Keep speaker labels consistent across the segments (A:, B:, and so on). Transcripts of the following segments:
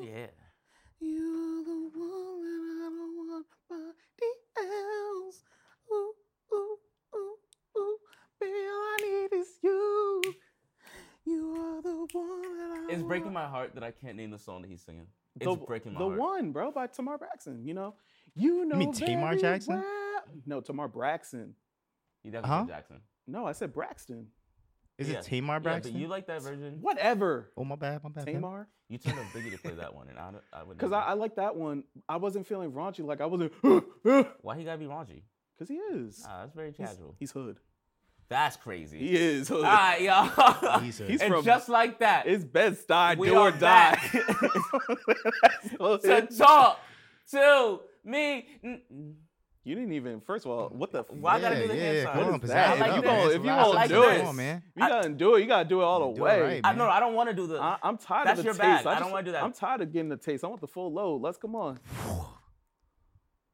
A: Yeah.
B: You're the one that I don't want nobody else. Ooh, ooh, ooh, ooh. Baby, all I need is you. You are the one that I
A: It's
B: want.
A: breaking my heart that I can't name the song that he's singing. It's
B: the,
A: breaking my
B: the
A: heart.
B: one, bro, by Tamar Braxton. You know, you know.
C: mean Tamar
B: very
C: Jackson?
B: well- No, Tamar Braxton.
A: You definitely said
C: Huh?
A: Jackson.
B: No, I said Braxton.
C: Is
A: Yeah.
C: it Tamar Braxton?
A: Yeah, but you like that version?
B: Whatever.
C: oh my bad, my bad. man.
B: Tamar.
A: You told him Biggie to play that one, and I, don't- I would.
B: Because I,
A: never.
B: I like that one. I wasn't feeling raunchy. Like I wasn't.
A: why he gotta be raunchy?
B: Because he is.
A: Ah, that's very casual.
B: He's hood.
A: that's crazy.
B: He is hood.
A: All right, y'all.
C: He's a-
B: He's
A: and
B: from-
A: just like that,
B: It's bed style.
A: We
B: Do
A: are
B: or die.
A: back.
B: That's hood.
A: to talk to me. Mm,
B: You didn't even. First of all, what the? f-
A: Why I gotta
C: Yeah,
A: do the hand
C: yeah,
A: sign?
C: come
B: What
C: on,
B: is
C: pizzazz
B: that?
C: it
B: Like,
C: up,
B: you
C: man.
B: gonna-
C: It's
B: if
C: what
B: you
C: I
B: gonna
C: like
B: do
C: this.
B: it-
C: Come on, man.
B: You gotta do it. You gotta do it all the
C: Do it
B: way.
C: right,
A: I
C: man.
A: no, I don't want to do the.
B: I, I'm tired
A: That's
B: of the
A: your
B: taste.
A: bag. I
B: just-
A: don't wanna do that.
B: I'm tired of getting the taste. I want the full load. Let's come on.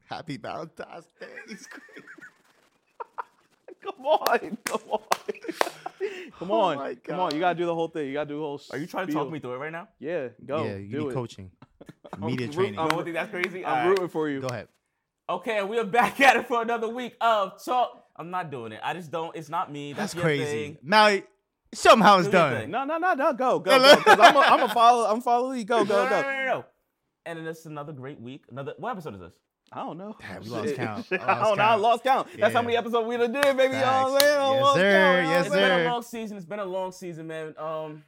C: Happy Valentine's Day. It's crazy.
B: Come on. Come on. come
C: Oh
B: on.
C: my
B: come on. You
C: God.
B: gotta do the whole thing. You gotta do the whole.
A: Are you trying to talk me through it right now?
B: Yeah. Go.
C: yeah, you
B: do
C: need
B: it.
C: coaching, media
B: root-
C: training.
B: I'm
A: You don't think that's crazy?
B: I'm
A: All right.
B: rooting for you.
C: Go ahead.
A: Okay, we are back at it for another week of talk. I'm not doing it. I just don't. It's not me. That's,
C: That's
A: your
C: crazy.
A: Thing.
C: Now somehow it's
A: Do your
C: done.
A: thing.
B: No, no, no, no. Go, go, go. Because I'm gonna follow. I'm follow you. Go,
A: No,
B: go,
A: no, no, no,
B: go.
A: no, no. And then it's another great week. Another what episode is this?
B: I don't know.
C: Damn, we lost
B: Shit.
C: count.
B: Shit,
C: I
B: I
C: lost
B: don't know. I
C: count.
B: lost count. That's how
C: Yeah.
B: many episodes we done did, baby. You know what I'm
C: Facts.
B: saying? I
C: Yes,
B: lost
C: sir.
B: count. I
C: Yes,
A: It's
B: lost count.
A: been
C: sir.
A: a long season. It's been a long season, man. Um,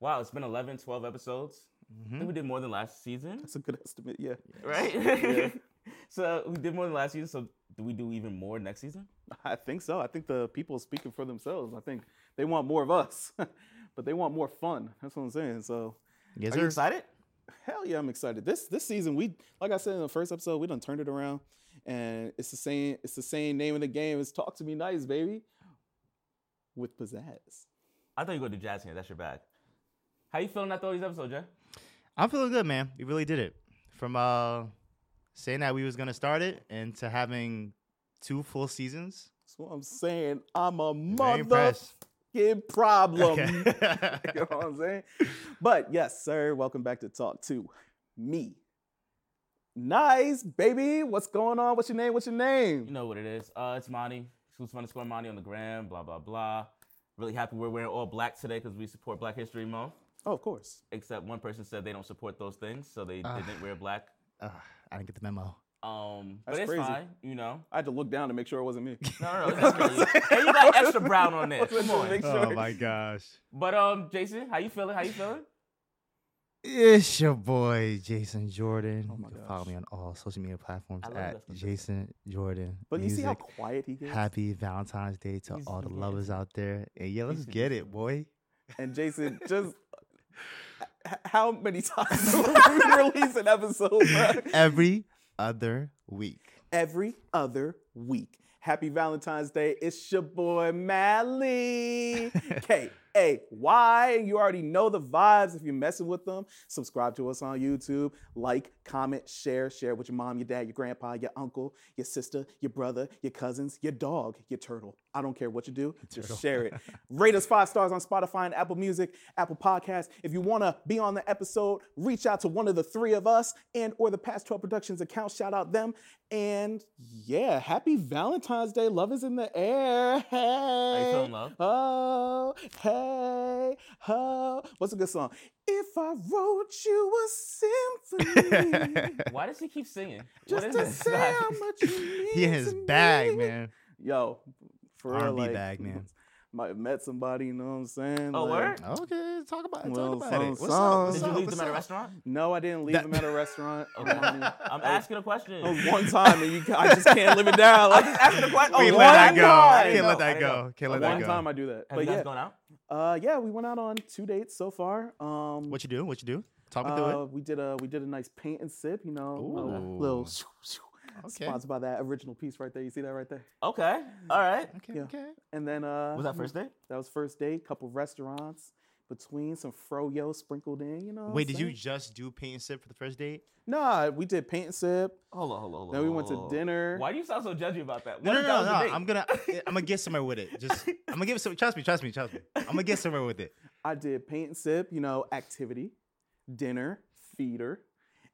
A: wow, it's been 11, 12 episodes. I think we did more than last season,
B: Mm-hmm. That's a good estimate. Yeah.
A: right?
B: Yeah.
A: so we did more than last season. So do we do even more next season?
B: I think so. I think the people speaking for themselves. I think they want more of us, but they want more fun. That's what I'm saying. So
C: Yes,
A: Are you
C: sir.
A: excited?
B: hell yeah, I'm excited. This this season, we like I said in the first episode, we done turned it around, and it's the same. It's the same name of the game. It's talk to me nice, baby, with pizzazz.
A: I thought you were gonna do jazz hands. That's your bag. How you feeling after all these episodes, Jay?
C: I'm feeling good, man. We really did it. From uh, saying that we was gonna start it and to having two full seasons.
B: That's what I'm saying. I'm a
C: Very impressed.
B: motherfucking problem.
C: Okay.
B: you know what I'm saying? But yes, sir, welcome back to Talk to Me. Nice, baby. What's going on? What's your name? What's your
A: You
B: name?
A: know what it is. Uh, it's Monty. Exclusive underscore Monty on the gram. Blah blah blah. Really happy we're wearing all black today because we support Black History Month.
B: Oh, of course.
A: Except one person said they don't support those things, so they
B: Ah.
A: didn't wear black.
C: Ugh, I didn't get the memo.
A: Um, but
B: That's
A: it's
B: crazy.
A: fine, you know.
B: I had to look down to make sure it wasn't me.
A: No, no, no. That's not you. Hey, you got extra brown on there. Come on.
B: Make sure.
C: Oh my gosh.
A: But um, Jason, how you feeling? How you feeling?
C: It's your boy Jason Jordan.
B: my
C: you can follow
B: gosh.
C: me on all social media platforms
A: I love
C: at
A: that stuff.
C: Jason Jordan.
B: But you see how
C: Music.
B: quiet he gets?
C: Happy Valentine's Day to
A: He's-
C: all the
A: yeah.
C: lovers out there. And yeah, let's get it, boy.
B: And Jason, just h- how many times do we release an episode, bruh?
C: Every other week.
B: every other week. Happy Valentine's Day. It's your boy Mally. K A Y. And you already know the vibes if you're messing with them. Subscribe to us on YouTube. Like, comment, share, share with your mom, your dad, your grandpa, your uncle, your sister, your brother, your cousins, your dog, your turtle. I don't care what you do, just share it. Rate us five stars on Spotify and Apple Music, Apple Podcasts. If you want to be on the episode, reach out to one of the three of us and or the Past 12 Productions account. Shout out them. And yeah, happy Valentine's Day. Love is in the air. Hey.
A: feeling love?
B: Oh, hey, oh. What's a good song? If I wrote you a symphony,
A: Why does he keep singing? What
B: just
A: is
B: to
A: this?
B: say how much you mean
C: He in his
B: to me.
C: bag, man.
B: Yo, for real,
C: R&B
B: like,
C: bag, man.
B: Might met somebody, you know what I'm saying?
A: Oh,
B: like,
A: word?
C: Okay, talk about it.
B: Well,
C: Talk about
B: some
C: it. What's
B: song.
C: up? What's
A: Did you
C: up?
A: leave
C: What's
A: them at a
C: up?
A: restaurant?
B: No, I didn't leave
C: That-
B: him at a restaurant.
A: Okay.
B: Um,
A: I'm asking a question.
B: uh, one time, and you, ca- I just can't live it down. Like,
A: asking a question.
C: We
B: Oh,
C: let that
B: one
C: go.
B: time.
C: Can't
A: I
C: let
A: know.
C: that go. Can't
B: one
C: let that
B: time
C: go.
B: I do that.
A: Have
B: but
A: you guys
B: yeah,
A: gone out?
B: uh, yeah, we went out on two dates so far. Um,
C: What you do? What you do? Talk me
B: uh,
C: through
B: we did a we did a nice paint and sip. You know, little,
C: Ooh.
B: little shoo, shoo,
C: it. Okay.
B: sponsored by that original piece right there. You see that right there?
A: Okay. All right.
C: Okay.
B: yeah.
C: Okay.
B: And then uh,
A: Was that first date?
B: That was first date. Couple restaurants between some froyo sprinkled in. You know. what
C: Wait,
B: I'm
C: did you
B: saying?
C: just do paint and sip for the first date?
B: Nah, we did paint and sip.
A: Hold on, hold on, hold on.
B: Then we went
A: hold
B: to
A: on, hold on.
B: dinner.
A: Why do you sound so judgy about that?
C: No,
A: What
C: no,
A: if that
C: no,
A: was a
C: no.
A: date?
C: I'm gonna, I'm gonna get somewhere with it. Just, I'm gonna give it some. Trust me, trust me, trust me. I'm gonna get somewhere with it.
B: I did paint and sip. You know, activity, dinner, feeder,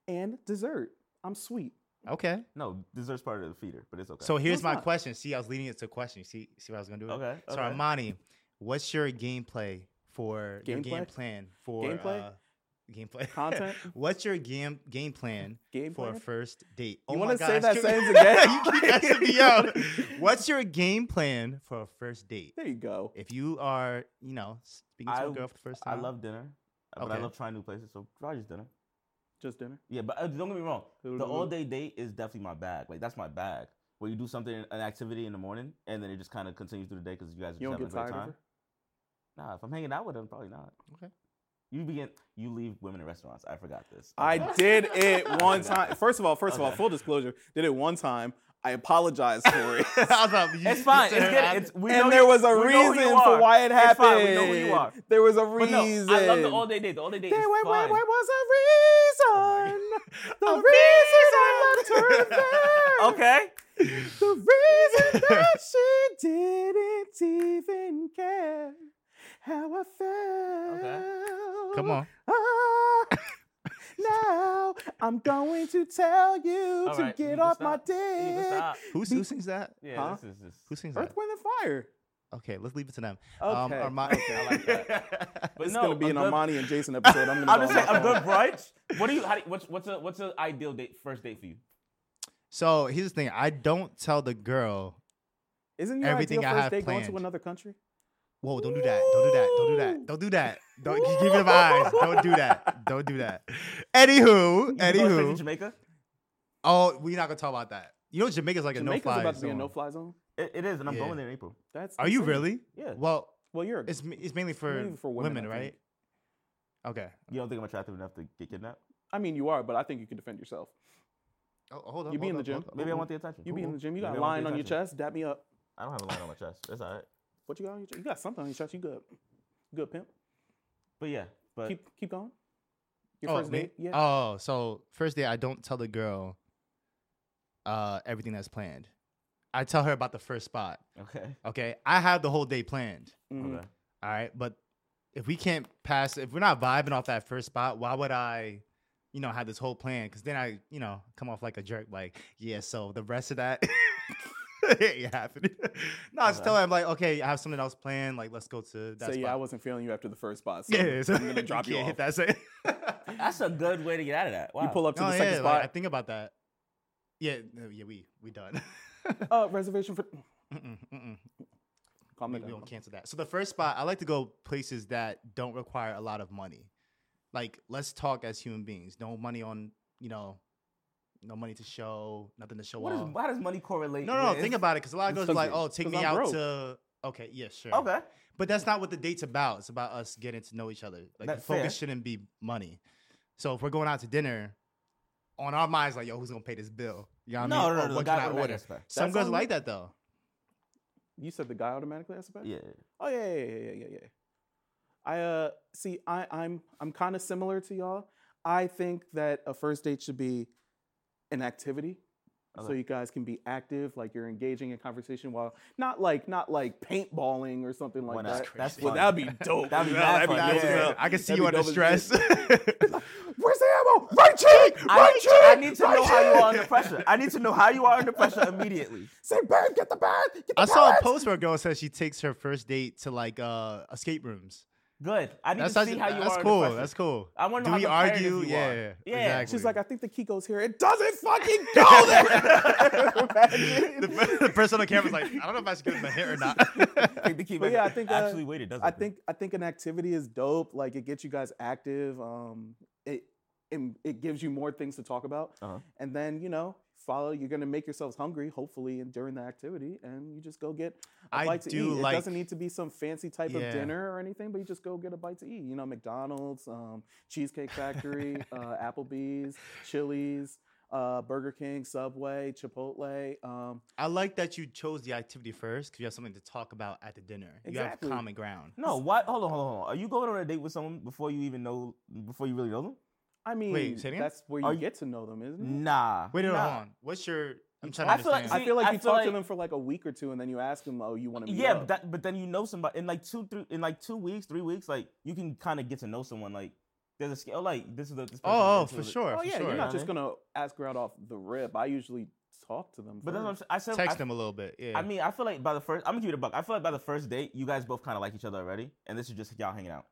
B: and dessert. I'm sweet.
C: Okay.
A: No, dessert's part of the feeder, but it's okay.
C: So here's
B: it's
C: my
B: not.
C: question. See, I was leading it to a question. See, see what I was gonna do.
A: Okay,
C: So
A: okay.
C: Armani, what's your gameplay for your game
B: Gameplay?
C: plan for
B: Gameplay?
C: Uh, gameplay
B: Content?
C: what's your game game plan
B: Game
C: for a
B: plan?
C: first date? Oh
B: You wanna
C: my
B: say
C: gosh,
B: that sentence
C: you keep
B: again?
C: messing me up. What's your game plan for a first date?
B: There you go.
C: If you are, you know, speaking to
A: I-
C: a girl for the first
A: I
C: time,
A: love dinner, uh, but I
C: Okay.
A: love trying new places. So Roger's dinner.
B: Just dinner.
A: Yeah, but uh, don't get me wrong.
B: Who-
A: The
B: who-
A: all day date is definitely my bag. Like that's my bag. Where you do something, an activity in the morning, and then it just kind of continues through the day because you guys are
B: You
A: just
B: don't
A: having
B: get
A: a great
B: tired of
A: time.
B: her.
A: Nah, if I'm hanging out with them, probably not.
C: Okay.
A: You begin. You leave women in restaurants. I forgot this.
B: I
A: Okay.
B: did it one time. First of all, first of all,
A: Okay.
B: full disclosure, did it one time. I apologize for it.
C: I was like, you
A: It's
C: just
A: fine. It's
C: said
A: good.
C: I-
A: It's, we know
B: and there
A: you-
B: was a
A: we know who
B: reason
A: you
B: for
A: are.
B: why it
A: It's
B: happened.
A: fine. We know who you are.
B: There was a
A: But
B: reason.
A: no, I love the all day date. The all day date
B: There
A: is
B: wa- wa-
A: fun.
B: wa- was a reason.
A: Oh
B: The reason I loved her there.
A: Okay.
B: The reason that she didn't even care how I felt.
C: Come on.
B: Ah, now I'm going to tell you
A: All
B: to
A: right, you
B: get
A: can
B: off my
A: stop. You can
B: dick.
A: stop.
C: Who, who sings that?
A: Yeah,
B: Huh?
A: this is just.
C: Who sings
B: Earth,
C: that?
B: wind, and fire.
C: Okay, let's leave it to them.
B: Okay,
C: Arma-
B: okay, I like
A: But
B: This
A: Um, no,
B: is gonna be
A: a
B: an
A: good-
B: Armani and Jason episode. I'm gonna.
A: I'm
B: go
A: just
B: on
A: saying,
B: my
A: a good
B: phone.
A: brunch. What do you? How do you what's what's a what's a ideal date first date for you?
C: So here's the thing. I don't tell the girl.
B: Isn't your
C: Everything
B: ideal
C: I
B: first
C: have
B: date going
C: planned.
B: to another country?
C: Whoa! Don't do that! Don't do that! Don't do that! Don't do that! Don't you give me the eyes. Don't do that! Don't do that. Anywho,
A: You going straight to
C: anywho.
A: Jamaica?
C: Oh, we're not gonna talk about that. You know, Jamaica's like
B: Jamaica's
C: a no-fly
B: about to be a
C: zone.
B: no-fly zone.
A: It, it is, and I'm
C: Yeah.
A: going there in April.
B: That's.
C: Are you
B: insane.
C: really?
A: Yeah.
C: Well,
B: Well, you're.
C: it's ma- it's mainly for,
B: Mainly for women,
C: women,
B: I
C: right?
B: think.
C: Okay.
A: You don't think I'm attractive enough to get kidnapped?
B: I mean, you are, but I think you can defend yourself.
C: Oh, hold on.
B: You be
C: hold
B: in the
C: up,
B: gym.
C: hold up.
A: Maybe I want the attention.
B: You be in the gym. You got
A: Maybe
B: a
A: I want
B: line
A: the
B: on your
A: attention.
B: chest. Dap me up.
A: I don't have a line on my chest. That's all right.
B: What you got on your chest? You got something on your chest. You good? You good, pimp.
A: But yeah, but
B: Keep keep going. Your
C: Oh,
B: first
C: me?
B: date. Yeah.
C: Oh, so first date, I don't tell the girl uh, everything that's planned. I tell her about the first spot.
A: okay,
C: Okay, I have the whole day planned.
B: Mhm.
A: okay.
C: All right, but if we can't pass, if we're not vibing off that first spot, why would I, you know, have this whole plan? Because then I, you know, come off like a jerk. Like, yeah, so the rest of that. it ain't happening. no, I just tell her I'm like, okay, I have something else planned. Like, let's go to that.
B: Say
C: spot.
B: Uh-huh. yeah, I wasn't feeling you after the first spot. So
C: Yeah, so
B: I'm gonna drop you
C: can't
B: off.
C: Hit that same.
A: That's a good way to get out of that. Wow.
B: You pull up to
C: no,
B: the
C: yeah,
B: second
C: like,
B: spot.
C: I think about that. Yeah, no, yeah, we we done.
B: uh, reservation for.
C: Mm-mm, mm-mm.
B: Calm
C: We,
B: it
C: we
B: down.
C: don't cancel that. So the first spot, I like to go places that don't require a lot of money. Like let's talk as human beings. No money on you know, no money to show, nothing to show
A: What is,
C: off.
A: how does money correlate?
C: No, no,
A: with-
C: think about it because a lot of girls are like,
B: Because-
C: oh, take
B: because
C: me
B: I'm
C: out
B: broke.
C: to. Okay, yeah, sure.
A: Okay,
C: But that's not what the date's about. It's about us getting to know each other. Like
A: That's
C: the focus
A: fair.
C: shouldn't be money. So if we're going out to dinner, on our minds like, yo, who's gonna pay this bill? You know what
A: No,
C: I mean?
A: no,
C: Or
A: no,
C: what
A: the guy
C: can I
A: automatic
C: order?
A: is fair.
C: Some
B: That's
C: girls
B: on
C: like that though.
B: You said the guy automatically has a back?
A: yeah.
B: Oh yeah, yeah, yeah, yeah, yeah, yeah. I uh see I I'm I'm kind of similar to y'all. I think that a first date should be an activity. So
A: Okay.
B: you guys can be active, like you're engaging in conversation while not like not like paintballing or something like
A: Why not?
B: that.
A: That's That's
B: well,
A: fun.
B: that'd be dope.
A: That'd be
B: Yeah,
A: mad
B: dope
A: fun. That's
B: as
A: great.
B: hell.
C: I can see
B: That'd
C: you
B: be
C: under
B: dope as
C: stress.
B: shit. Where's the ammo? Right cheek,
A: I
B: right
A: need,
B: cheek.
A: to, I need to know
B: right
A: how you
B: cheek!
A: are under pressure. I need to know how you are under pressure immediately.
B: Say, babe, get the bat. Get the
C: I saw a
B: pellets!"
C: post where a girl says she takes her first date to like uh escape rooms.
A: Good. I need
C: That's
A: to
C: such-
A: see how you
C: that's
A: are.
C: cool.
A: Under pressure.
C: That's cool.
A: I wanna know
C: Do
A: how
C: we
A: competitive
C: argue?
A: you
C: yeah,
A: are.
C: yeah,
A: Yeah.
C: Exactly.
B: She's like, I think the key goes here. It doesn't fucking go there. Imagine.
C: the, per- the person on camera's like, I don't know if I should give him a hit or not.
A: Take the key
B: But
A: back.
B: yeah, I think, uh,
A: actually waited. Doesn't
B: I
A: it?
B: think I think an activity is dope. Like it gets you guys active. Um, it it, it gives you more things to talk about,
A: Uh-huh.
B: and then you know follow. You're gonna make yourselves hungry, hopefully, and during the activity, and you just go get a
C: I
B: bite to
C: do
B: eat.
C: like-
B: it doesn't need to be some fancy type
C: Yeah.
B: of dinner or anything, but you just go get a bite to eat. You know, McDonald's, um, Cheesecake Factory, uh, Applebee's, Chili's. Uh, Burger King, Subway, Chipotle. Um,
C: I like that you chose the activity first because you have something to talk about at the dinner.
B: Exactly.
C: You have common ground.
A: No, what? Hold on, hold on, hold on. Are you going on a date with someone before you even know, before you really know them?
B: I mean,
C: say it again?
B: that's where you,
A: Are you-
B: get to know them, isn't it?
A: Nah.
C: Wait, no,
A: nah.
C: hold on. What's your? I'm trying to
A: I feel like-
B: I
C: understand.
A: See,
B: feel like
A: I
B: you
A: feel
B: talk to
A: like-
B: them for like a week or two, and then you ask them, "Oh, you want to meet
A: Yeah,
B: up?"
A: but, that, but then you know somebody in like two, three, in like two weeks, three weeks, like you can kind of get to know someone. Like There's a scale like this is the. This person,
C: Oh, oh,
A: this
C: for
A: is the-
C: sure.
B: Oh
C: for
B: yeah,
C: sure.
B: you're not
A: Yeah.
B: just gonna ask her out off the rip. I usually talk to them.
A: But that's what I'm
B: first.
A: saying. I said.
C: Text
A: I,
C: them a little bit. Yeah.
A: I mean, I feel like by the first, I'm gonna give you the buck. I feel like by the first date, you guys both kind of like each other already, and this is just y'all hanging out.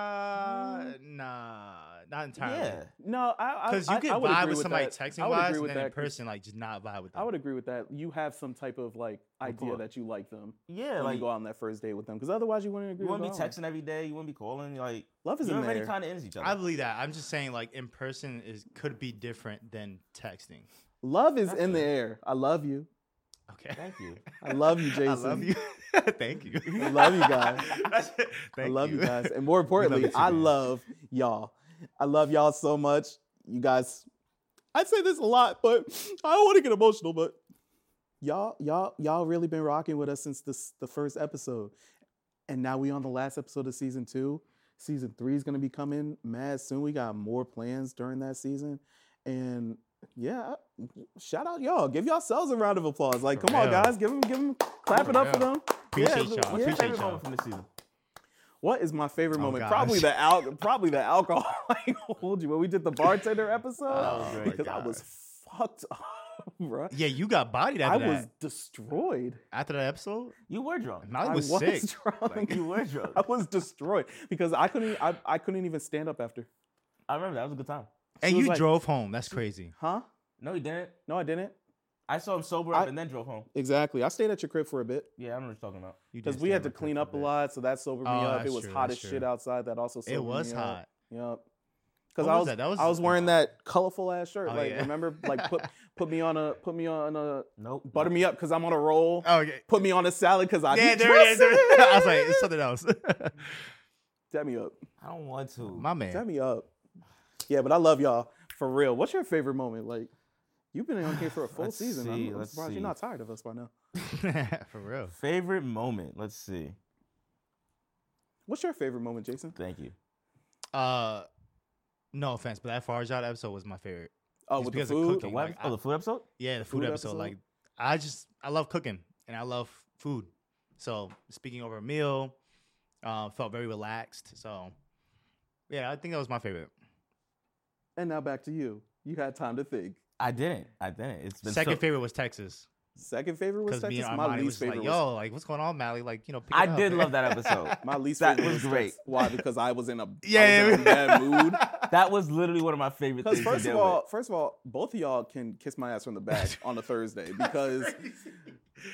C: uh, nah, not entirely.
A: Mm. Yeah.
B: no, I
C: Because
B: I,
C: you
B: I,
C: could
B: I would
C: vibe
B: agree
C: with somebody
B: that. I
C: texting
B: would
C: wise,
B: agree
C: and
B: with
C: then in
B: that 'cause
C: person, like just not vibe with them.
B: I would agree with that. You have some type of like idea
A: Rapport.
B: that you like them
A: Yeah.
B: when
A: like
B: you go out on that first date with them, because otherwise you wouldn't agree.
A: you wouldn't
B: with
A: be
B: all of them.
A: texting every day. You wouldn't be calling. Like
B: Love is
A: you
B: in
A: already
B: there.
A: kind of ends each other.
C: I believe that. I'm just saying, like in person is could be different than texting.
B: Love is
A: That's
B: in the
A: fair.
B: air. I love you.
C: Okay.
A: Thank you.
B: I love you,
C: I
B: Jason.
C: love you. Thank you.
B: I love you guys.
C: That's-
B: I
C: Thank
B: love you. guys. And more
C: you
B: importantly,
C: too,
B: I
C: man.
B: love y'all. I love y'all so much. You guys, I say this a lot, but I don't want to get emotional, but y'all, y'all, y'all really been rocking with us since this the first episode. And now we on the last episode of season two. Season three is gonna be coming mad soon. We got more plans during that season. And yeah, shout out y'all. Give yourselves a round of applause. Like,
C: For
B: come on,
C: real.
B: guys. Give them, give them, clap it up for
C: real.
B: them.
C: Appreciate
B: yeah,
C: y'all.
B: yeah.
A: What's your favorite
C: Appreciate y'all.
A: moment from this season?
B: What is my favorite
C: Oh,
B: moment?
C: gosh.
B: Probably the al- probably the alcohol. I told you when we did the bartender episode
A: Oh, my
B: because I
C: God.
B: was fucked up, bro.
C: Yeah, you got bodied
B: I
C: after that.
B: was destroyed.
C: after that episode,
A: You were drunk.
C: Molly was, sick.
B: drunk.
A: You were drunk.
B: I was destroyed because I couldn't. I, I couldn't even stand up after.
A: I remember that was a good time.
C: and
B: was
C: you
B: like-
C: drove home. That's crazy.
B: Huh?
A: No, you didn't.
B: No, I didn't.
A: I saw him sober up
B: I-
A: and then drove home.
B: Exactly. I stayed at your crib for a bit
A: Yeah, I don't know what you're talking about.
C: You
B: because
C: did
B: we had
C: stand
B: to
C: up there
B: clean
C: for
B: up a
C: bit.
B: lot, so that sobered me
C: Oh,
B: up. It
C: that's
B: was
C: true,
B: hot as
C: that's
B: shit
C: true.
B: outside. That also sobered
C: It was
B: me up.
C: hot.
B: Yep. Because
C: What
B: I
C: was
B: was,
C: that? That was
B: I was
C: a-
B: wearing that colorful ass shirt.
C: Oh,
B: like
C: yeah.
B: remember, like put put me on a put me on a
A: Nope.
B: butter me up because I'm on a roll.
C: Oh yeah.
B: Put me on a salad because I
C: Yeah,
B: be
C: there it is. There it is.
B: dressing.
C: I was like, it's something else.
B: Dab me up,
A: I don't want to.
C: My man.
B: dab me up. Yeah, but I love y'all for real. What's your favorite moment? Like you've been on here for a full
A: Let's
B: season. I'm-
A: see,
B: I'm,
A: let's
B: surprised
A: see.
B: you're not tired of us by now.
C: for real.
A: favorite moment. Let's see.
B: What's your favorite moment, Jason?
A: Thank you.
C: Uh, no offense, but that Farjad episode was my favorite.
B: Oh,
C: It's
B: with the
C: because of
B: food.
A: The
C: Like,
A: what?
C: I-
A: oh, the food episode.
C: Yeah, the food,
B: Food
C: episode.
B: episode?
C: Like, I just I love cooking and I love food. So speaking over a meal, uh, felt very relaxed. So yeah, I think that was my favorite.
B: And now back to you. You had time to think.
A: I didn't. I didn't. It's been
C: Second
A: so-
C: favorite was Texas
B: Second favorite was
C: because me
B: Texas.
C: and
B: My
C: Armani
B: least
C: was
B: favorite
C: like,
B: was
C: "Yo, like what's going on, Mally? Like you know." Pick it
A: I
C: up,
A: did
C: man."
A: love that episode.
B: my least
A: That
B: favorite
A: was
B: Texas.
A: great.
B: Why? Because I was in a
C: Yeah,
B: yeah,
C: yeah,
B: in a bad mood.
A: that was literally one of my favorite
B: Because
A: things. to
B: first of
A: deal
B: all,
A: with.
B: first of all, both of y'all can kiss my ass from the back on a Thursday because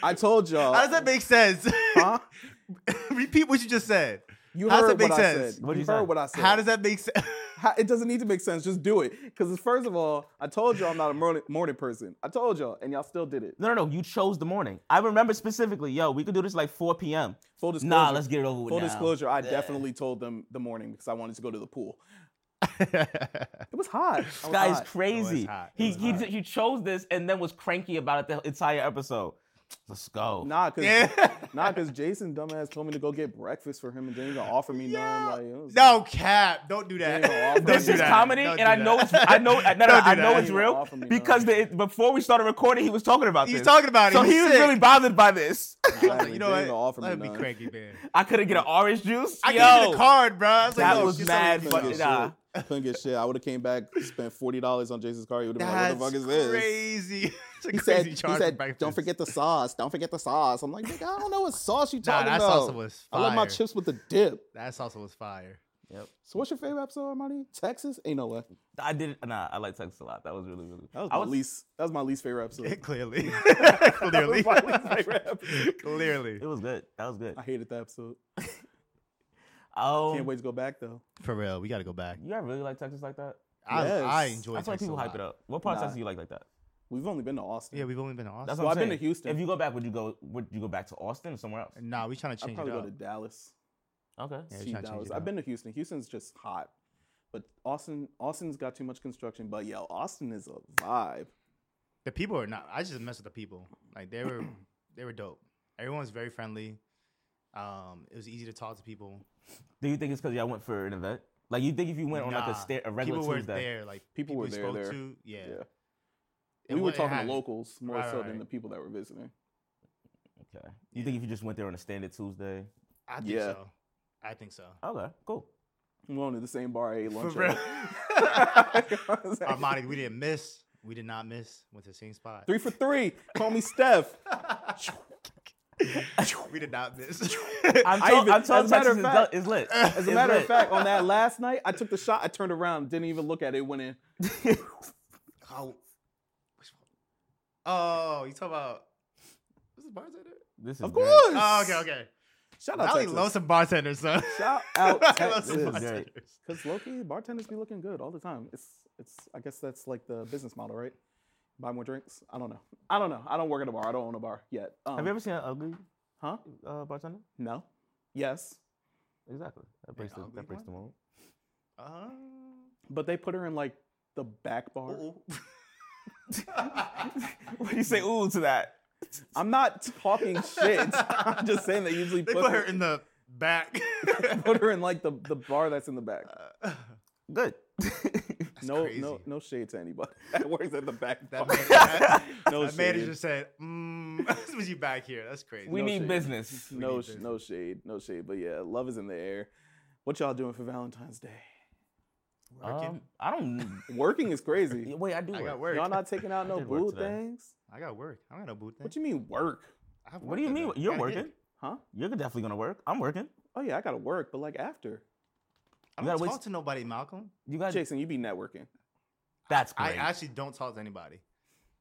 B: I told y'all.
C: How does that make sense?
B: Huh?
C: Repeat what you just said.
B: You
C: How does
B: heard
C: that make
B: what I
C: sense?
B: said.
A: What'd
B: you
A: you say?
B: heard what I said.
C: How does that make sense?
B: How- it doesn't need to make sense. Just do it. Because first of all, I told y'all I'm not a morning, morning person. I told y'all, and y'all still did it.
A: no, no, no. You chose the morning. I remember specifically. Yo, we could do this like 4 p.m.
B: Full disclosure.
A: Nah, let's get it over with.
B: full
A: now.
B: disclosure. I
A: Yeah.
B: definitely told them the morning because I wanted to go to the pool. It was hot. I was
A: This guy is
B: hot.
A: crazy.
C: hot. It
A: He
C: was
A: he,
C: hot.
A: did- he chose this and then was cranky about it the entire episode. Let's go.
B: Nah, cause
C: Yeah.
B: nah, cause Jason dumbass told me to go get breakfast for him and then he gonna offer me none. Like, it was-
C: No cap. Don't do
B: You ain't gonna offer
C: that.
A: this
B: do
A: is
B: that.
A: comedy,
C: Don't
A: and
C: do
A: I know it's
C: that.
A: I know no, no, no,
C: Don't do
A: I know
C: that.
A: it's
B: You won't
A: real
B: offer me
A: because
B: none.
A: the, before we started recording, he was talking about
C: He
A: this.
C: was talking about it.
A: so
C: He's
A: he was
C: sick.
A: really bothered by this.
B: I was
C: Like, you know what?
B: Offer me
C: Let me
B: none.
C: cranky, man.
A: I couldn't get an orange juice.
C: I
A: Yo,
C: gave you the card, bro. I was like,
A: That
C: yo,
A: was
C: get
A: mad
C: something to
A: fucking
B: Couldn't
C: drink.
B: get,
A: nah.
B: shit. Couldn't get shit. I would have came back, spent forty dollars on Jason's car. He would have been like, "What
C: That's
B: the fuck is this?"
C: crazy. It's
B: He
C: a
B: said,
C: crazy
B: he
C: charge for
B: said, "Don't
C: breakfast."
B: forget the sauce. Don't forget the sauce." I'm like, "Nigga, I don't know what sauce you
C: Nah,
B: talking
C: that
B: about."
C: salsa was
B: I
C: fire.
B: love my chips with the dip.
C: That salsa was fire.
B: So, what's your favorite episode, Armani? Texas? Ain't no way.
A: I did. Nah, I like Texas a lot. That was really, really.
B: That was
A: I
B: my least. That was my least favorite episode.
C: Clearly.
B: was my least favorite
C: Clearly.
B: episode.
C: Clearly.
A: It was good. That was good.
B: I hated that episode.
A: Oh,
B: Can't wait to go back though.
C: For real, we got to go back.
A: You guys really like Texas like that?
C: I,
B: Yes.
C: I enjoy
A: That's why
C: Texas
A: people
C: a
A: hype it
C: lot.
A: up. What parts
B: Nah.
A: of Texas do you like like that?
B: We've only been to Austin.
C: Yeah, we've only been to
A: That's
C: Austin.
A: what
B: Well,
A: I'm
B: I've been to
A: saying.
B: Houston.
A: If you go back, would you go? Would you go back to Austin or somewhere else?
C: Nah, we trying to
B: I'd
C: change
B: probably
C: it
B: go
C: up.
B: to Dallas.
A: Okay.
C: Yeah, we
B: See
C: tryna change
B: Dallas.
C: it
B: I've
C: up.
B: been to Houston. Houston's just hot, but Austin. Austin's got too much construction. But yeah, Austin is a vibe.
C: The people are not. I just mess with the people. Like they were, they were dope. Everyone was very friendly. Um, it was easy to talk to people.
A: Do you think it's because y'all went for an event? Like you think if you went on like
C: Nah,
A: a, sta- a regular
C: people
A: Tuesday,
C: were there. Like
B: People were
C: you
B: there,
C: spoke
B: there.
C: to. Yeah,
B: Yeah.
C: It
B: we
C: wa-
B: were
C: it
B: talking to
C: had-
B: locals more
C: Right,
B: so
C: right,
B: than
C: right.
B: the people that were visiting.
A: okay. You think if you just went there on a standard Tuesday,
C: I think
B: Yeah.
C: so. I think so.
A: okay, cool.
B: We went to the same bar I ate lunch.
C: For real.
B: at. You know what I'm saying?
C: Armani, we didn't miss. We did not miss. Went to the same spot.
B: Three for three. Call me Steph.
C: we did not miss.
A: I'm,
B: I
A: to-
B: even-
A: I'm
B: as
A: told
B: a matter
A: Texas
B: of
A: is
B: fact-
A: du- is lit.
B: As a matter of fact, on that last night, I took the shot. I turned around, didn't even look at it. Went in.
C: oh, which one? Oh, you talk about was the bartender?
A: this is
B: Of
A: great.
B: course.
C: Oh, okay, okay.
B: Shout out
C: Valley
B: Texas.
C: loves some bartenders, though.
B: Shout out
C: I love some
B: Texas.
A: This is great.
C: bartenders.
B: Because Loki, bartenders be looking good all the time. It's it's I guess that's like the business model, right? Buy more drinks. I don't know. I don't know. I don't work at a bar. I don't own a bar yet. Um,
A: Have you ever seen an ugly
B: Huh?
A: uh, bartender?
B: No. Yes.
A: Exactly. That breaks the
C: ugly
A: that breaks the mold.
C: Uh,
B: But they put her in like the back bar.
C: oh.
A: What do you say ooh to that?
B: I'm not talking shit. I'm just saying they usually
C: they
B: put, her in
C: in the back.
B: put her in like the, the bar that's in the back.
C: Uh,
A: Good.
B: no no
C: crazy.
B: no shade to anybody that works at the back bar.
C: that man, that,
B: No
C: that manager
B: shade.
C: said, mm, "This was you back here. That's crazy."
A: We
B: No
A: need
B: shade.
A: business.
B: No
C: need
B: sh- no shade. No shade. But yeah, love is in the air. What y'all doing for Valentine's Day?
C: Working.
A: Um, I don't.
B: Working is crazy.
A: Wait, I do.
C: I
A: work.
C: got work.
B: Y'all not taking out no
A: did work
B: boo
A: today.
B: things?
C: I got work. I don't got no boot thing.
B: What you mean work?
C: I have
A: What
C: work
A: do you
C: that
A: mean?
C: day.
A: You're
C: Gotta get
A: working.
C: it.
B: Huh?
A: You're definitely gonna work. I'm working.
B: Oh yeah, I gotta work, but like after.
C: I
A: You
C: don't
A: gotta wait-
C: talk to nobody, Malcolm.
A: You guys.
B: Jason, you be networking.
A: that's
C: I
A: great. I,
C: actually don't talk to anybody.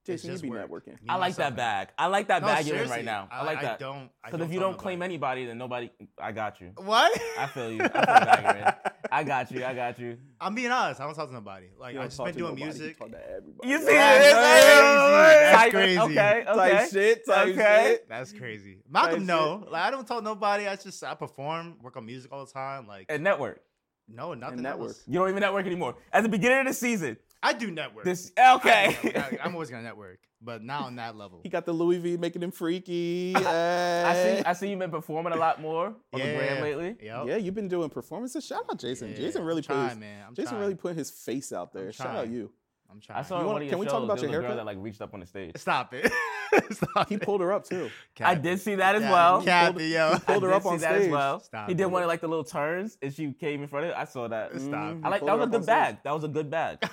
C: It's
B: Jason, you
C: just
B: be
C: work.
B: networking.
C: Me,
A: like
C: myself,
A: that
C: and-
A: bag. I like that
C: No,
A: bag you're in
C: seriously,
A: right now. I like that.
C: I don't. I
A: Because if you
C: tell
A: don't claim
C: nobody.
A: anybody, then nobody. I got you.
C: what?
A: I feel you. I feel that, Aaron. I got you. I got you.
C: I'm being honest. I don't talk to nobody. Like
B: You
C: I
B: don't
C: just
B: talk
C: been
B: to
C: doing
B: nobody,
C: music.
B: You talk to everybody.
A: You see
C: That's
A: this?
C: crazy. That's crazy.
A: Okay. Okay.
B: Type shit. Type
A: Okay.
B: shit.
C: That's crazy. Malcolm,
B: shit.
C: no. Like I don't talk to nobody. I just I perform, work on music all the time. Like
A: And network.
C: no, nothing.
B: and network.
C: else.
A: You don't even network anymore. At the beginning of the season,
C: I do network.
A: this
C: I
A: okay.
C: do network. I- I'm always gonna network, but not on that level.
B: He got the Louis V making him freaky.
A: I see.
B: eh.
A: I see you've been performing a lot more on the gram lately.
C: Yep.
B: Yeah, you've been doing performances. Shout out Jason.
C: Yeah.
B: Jason really
C: I'm trying,
B: put his,
C: man. I'm
B: Jason
C: trying.
B: really put his face out there. Shout out
C: trying.
B: you.
C: I'm trying.
A: I saw in
B: wanna-
A: one of your
B: can we
A: shows.
B: talk about
A: there
B: your
A: was a girl that
B: haircut?
A: like reached up on the stage.
C: Stop it. Stop
B: He
C: it.
B: pulled her up too.
A: I
C: Cap
A: did
C: it.
A: see that as
C: Cap-
A: well.
C: Cap it, yo.
A: I
B: pulled her
A: did
B: up on
A: see that as
B: stage.
A: well.
C: Stop
A: he did
C: it.
A: one of like the little turns, and she came in front of it. I saw that.
C: Stop.
B: Mhm.
A: I like
B: Pulled
A: that
B: her up
A: was a
B: on
A: good bag. That was a good bag.
B: stage.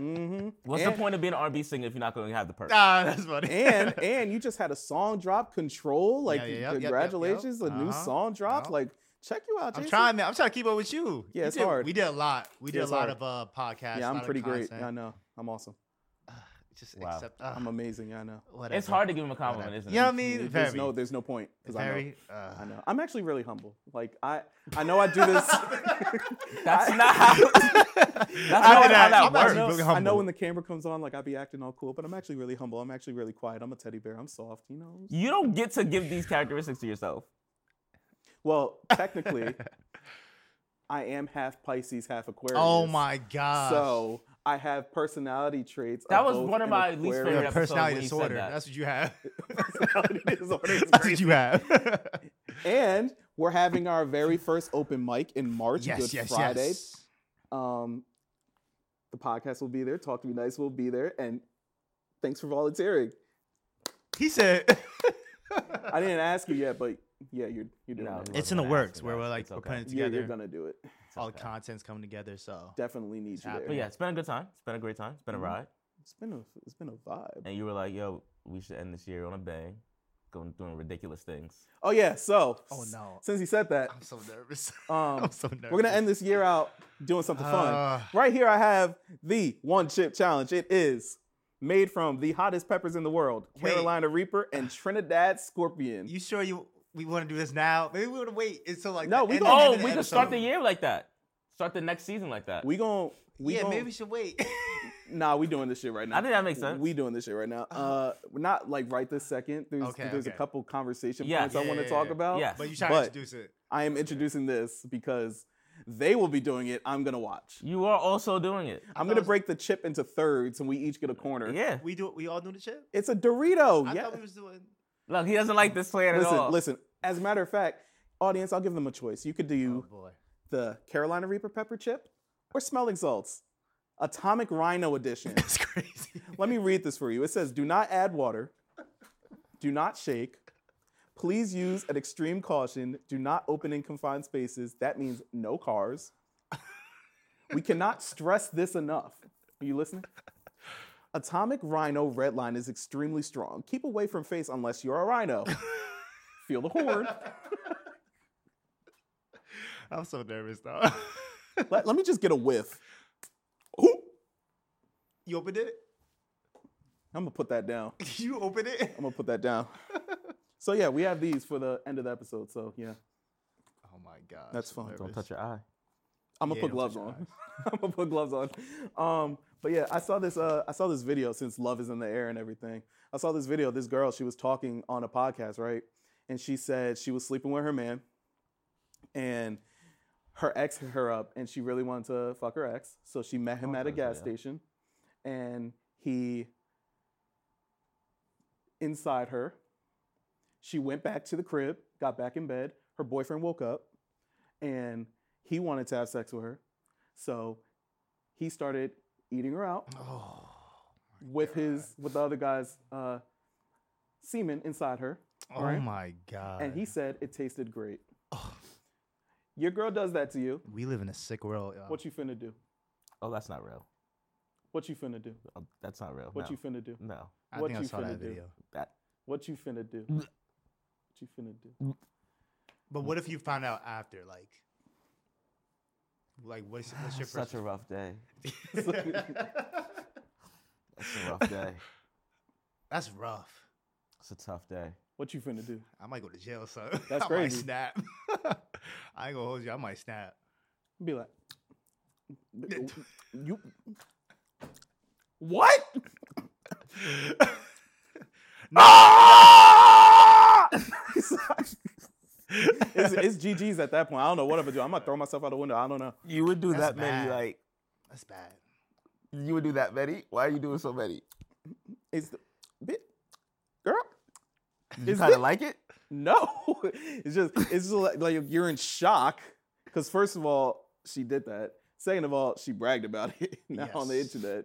B: Mhm.
A: What's
B: And-
A: the point of being an R&B singer if you're not going to have the perk?
C: Nah, that's funny.
B: and and you just had a song drop, Control. Like
C: yeah, yep, yep, yep,
B: congratulations,
C: yep.
B: a new
C: Uh-huh.
B: song dropped.
C: Yup.
B: Like check you out,
C: I'm
B: Jason.
C: trying, man. I'm trying to keep up with you.
B: Yeah,
C: We
B: it's
C: did-
B: hard.
C: We did a lot. We did
B: Yeah,
C: a
B: it's
C: lot
B: hard.
C: of uh, podcasts.
B: Yeah,
C: a
B: I'm
C: lot
B: pretty
C: of
B: great.
C: content.
B: I know. I'm awesome.
C: Just
A: Wow.
C: accept. Uh,
B: I'm amazing. I know.
C: whatever.
A: It's hard to give him a compliment,
C: Whatever.
A: isn't it?
C: You know what I mean?
B: There's
C: Very.
B: no there's no point because I know.
C: very. uh,
B: I know. I'm actually really humble. Like I I know I do this.
A: That's not how. That's
C: I
A: not
C: did
A: how
C: that.
A: that
C: I'm
B: I
A: works.
C: actually
B: know,
C: really
B: I know
C: humble.
B: when the camera comes on, like I be acting all cool, but I'm actually really humble. I'm actually really quiet. I'm a teddy bear. I'm soft, you know.
A: You don't get to give these characteristics to yourself.
B: Well, technically, I am half Pisces, half Aquarius.
C: oh my god.
B: So I have personality traits.
A: That was
B: both
A: one of
B: an
A: my least favorite
B: Aquarius-
C: You have
A: episode
C: personality
A: when you said
C: disorder.
A: that.
C: That's what you have.
B: Personality disorder is
C: That's what you have.
B: And we're having our very first open mic in March,
C: yes,
B: Good
C: yes,
B: Friday.
C: yes.
B: Um, the podcast will be there. Talk to me nice will be there. And thanks for volunteering.
C: He said.
B: I didn't ask you yet, but yeah, you're you're doing
A: No,
B: it.
A: you
C: It's in the
A: Wasn't gonna ask
C: works
A: you
C: where
A: that.
C: we're like
A: It's
C: we're
A: okay.
C: putting it
B: Yeah,
C: together.
B: you're gonna do it.
C: All the
A: okay.
C: content's coming together, so
B: Definitely need you there.
A: But yeah, it's been a good time. It's been a great time. It's been a
B: Mhm.
A: ride.
B: It's been a it's been a vibe.
A: And you were like, "Yo, we should end this year on a bang, going doing ridiculous things."
B: Oh yeah, so
C: Oh, no.
B: Since he said that,
C: I'm so nervous.
B: um
C: I'm so nervous.
B: we're gonna end this year out doing something fun.
C: Uh.
B: Right here I have the one chip challenge. It is made from the hottest peppers in the world,
C: Wait.
B: Carolina Reaper and Trinidad Scorpion.
C: You sure you we want to do this now? Maybe we want to wait until like
B: No,
C: the
B: we
C: end
B: can-
C: of
A: Oh,
C: the
A: we could
C: episode.
A: start the year like that. Start the next season like that.
B: we gon' we
C: yeah,
B: gon'
C: maybe we should wait.
B: nah, we doing this shit right now.
A: I think that makes sense.
B: We doing this shit right now. Uh, we're not like right this second. There's
C: Oh. Okay,
B: there's a
C: okay.
B: couple conversation
A: Yeah.
B: points I
C: Yeah,
B: want to
C: yeah,
B: talk
C: yeah.
B: about.
A: Yes.
C: but you try to
B: But-
C: introduce it.
B: I am introducing this because they will be doing it. I'm gonna watch.
A: you are also doing it.
B: I'm
C: thought
B: gonna
C: it was-
B: break the chip into thirds, and we each get a corner.
A: Yeah.
C: We do. We all do the chip.
B: It's a Dorito.
C: I
B: Oh, yeah.
C: thought we was doing.
A: Look, he doesn't like this plan at all.
B: Listen, listen. As a matter of fact, audience, I'll give them a choice. You could
C: Oh
B: do
C: boy.
B: the Carolina Reaper pepper chip or smelling salts, Atomic Rhino edition.
C: That's crazy.
B: Let me read this for you. It says, "Do not add water. Do not shake." Please use an extreme caution. Do not open in confined spaces. That means no cars, We cannot stress this enough. Are you listening? Atomic Rhino Red Line is extremely strong. Keep away from face unless you're a rhino. Feel the horn.
C: I'm so nervous though.
B: Let, let me just get a whiff. Ooh,
C: you opened it?
B: I'm gonna put that down.
C: You opened it?
B: I'm gonna put that down. So yeah, we have these for the end of the episode. So yeah,
C: Oh my god.
B: That's fine. Don't
A: Don't touch your eye.
B: I'm gonna
C: Yeah,
B: put
C: don't
B: gloves
C: touch your
B: on. I'm gonna put gloves on. Um, but yeah, I saw this. Uh, I saw this video since love is in the air and everything. I saw this video. This girl, she was talking on a podcast, right? And she said she was sleeping with her man, and her ex hit her up, and she really wanted to fuck her ex. So she met him at a
A: Podcast,
B: gas
A: yeah.
B: station, and he inside her. She went back to the crib, got back in bed. Her boyfriend woke up, and he wanted to have sex with her. So he started eating her out
C: Oh.
B: with his with the other guy's uh, semen inside her,
C: Oh
B: Right?
C: my god.
B: and he said it tasted great.
C: Oh.
B: Your girl does that to you.
C: We live in a sick world. Uh, yo.
B: What you finna do?
A: Oh, that's not real.
B: What you finna do?
A: Oh, that's not real.
B: What
A: no.
B: you finna do?
A: No.
C: I
B: what
C: think I
B: you
C: saw
B: finna
C: that
B: do?
C: video.
A: That
B: What you finna do? What you finna do?
C: But what if you found out after, like, like what's, what's your
A: such
C: first?
A: a rough day.
C: That's
A: That's a rough day.
C: rough.
A: It's a tough day.
B: What you finna do?
C: I might go to jail, son.
B: That's
C: I might
B: crazy.
C: snap. I ain't gonna hold you. I might snap.
B: Be like, you. What? Ah! it's, it's GG's at that point. I don't know what I'm gonna do. I'm gonna throw myself out the window. I don't know.
A: You would do
C: That's that many, bad. like- That's bad.
A: you would do that many? Why are you doing so many?
B: It's the bit, girl.
A: Did you
B: Is
A: kind
B: thi-
A: of like it?
B: No, it's just it's just like, like you're in shock because first of all she did that. Second of all she bragged about it now on the
C: Yes.
B: internet.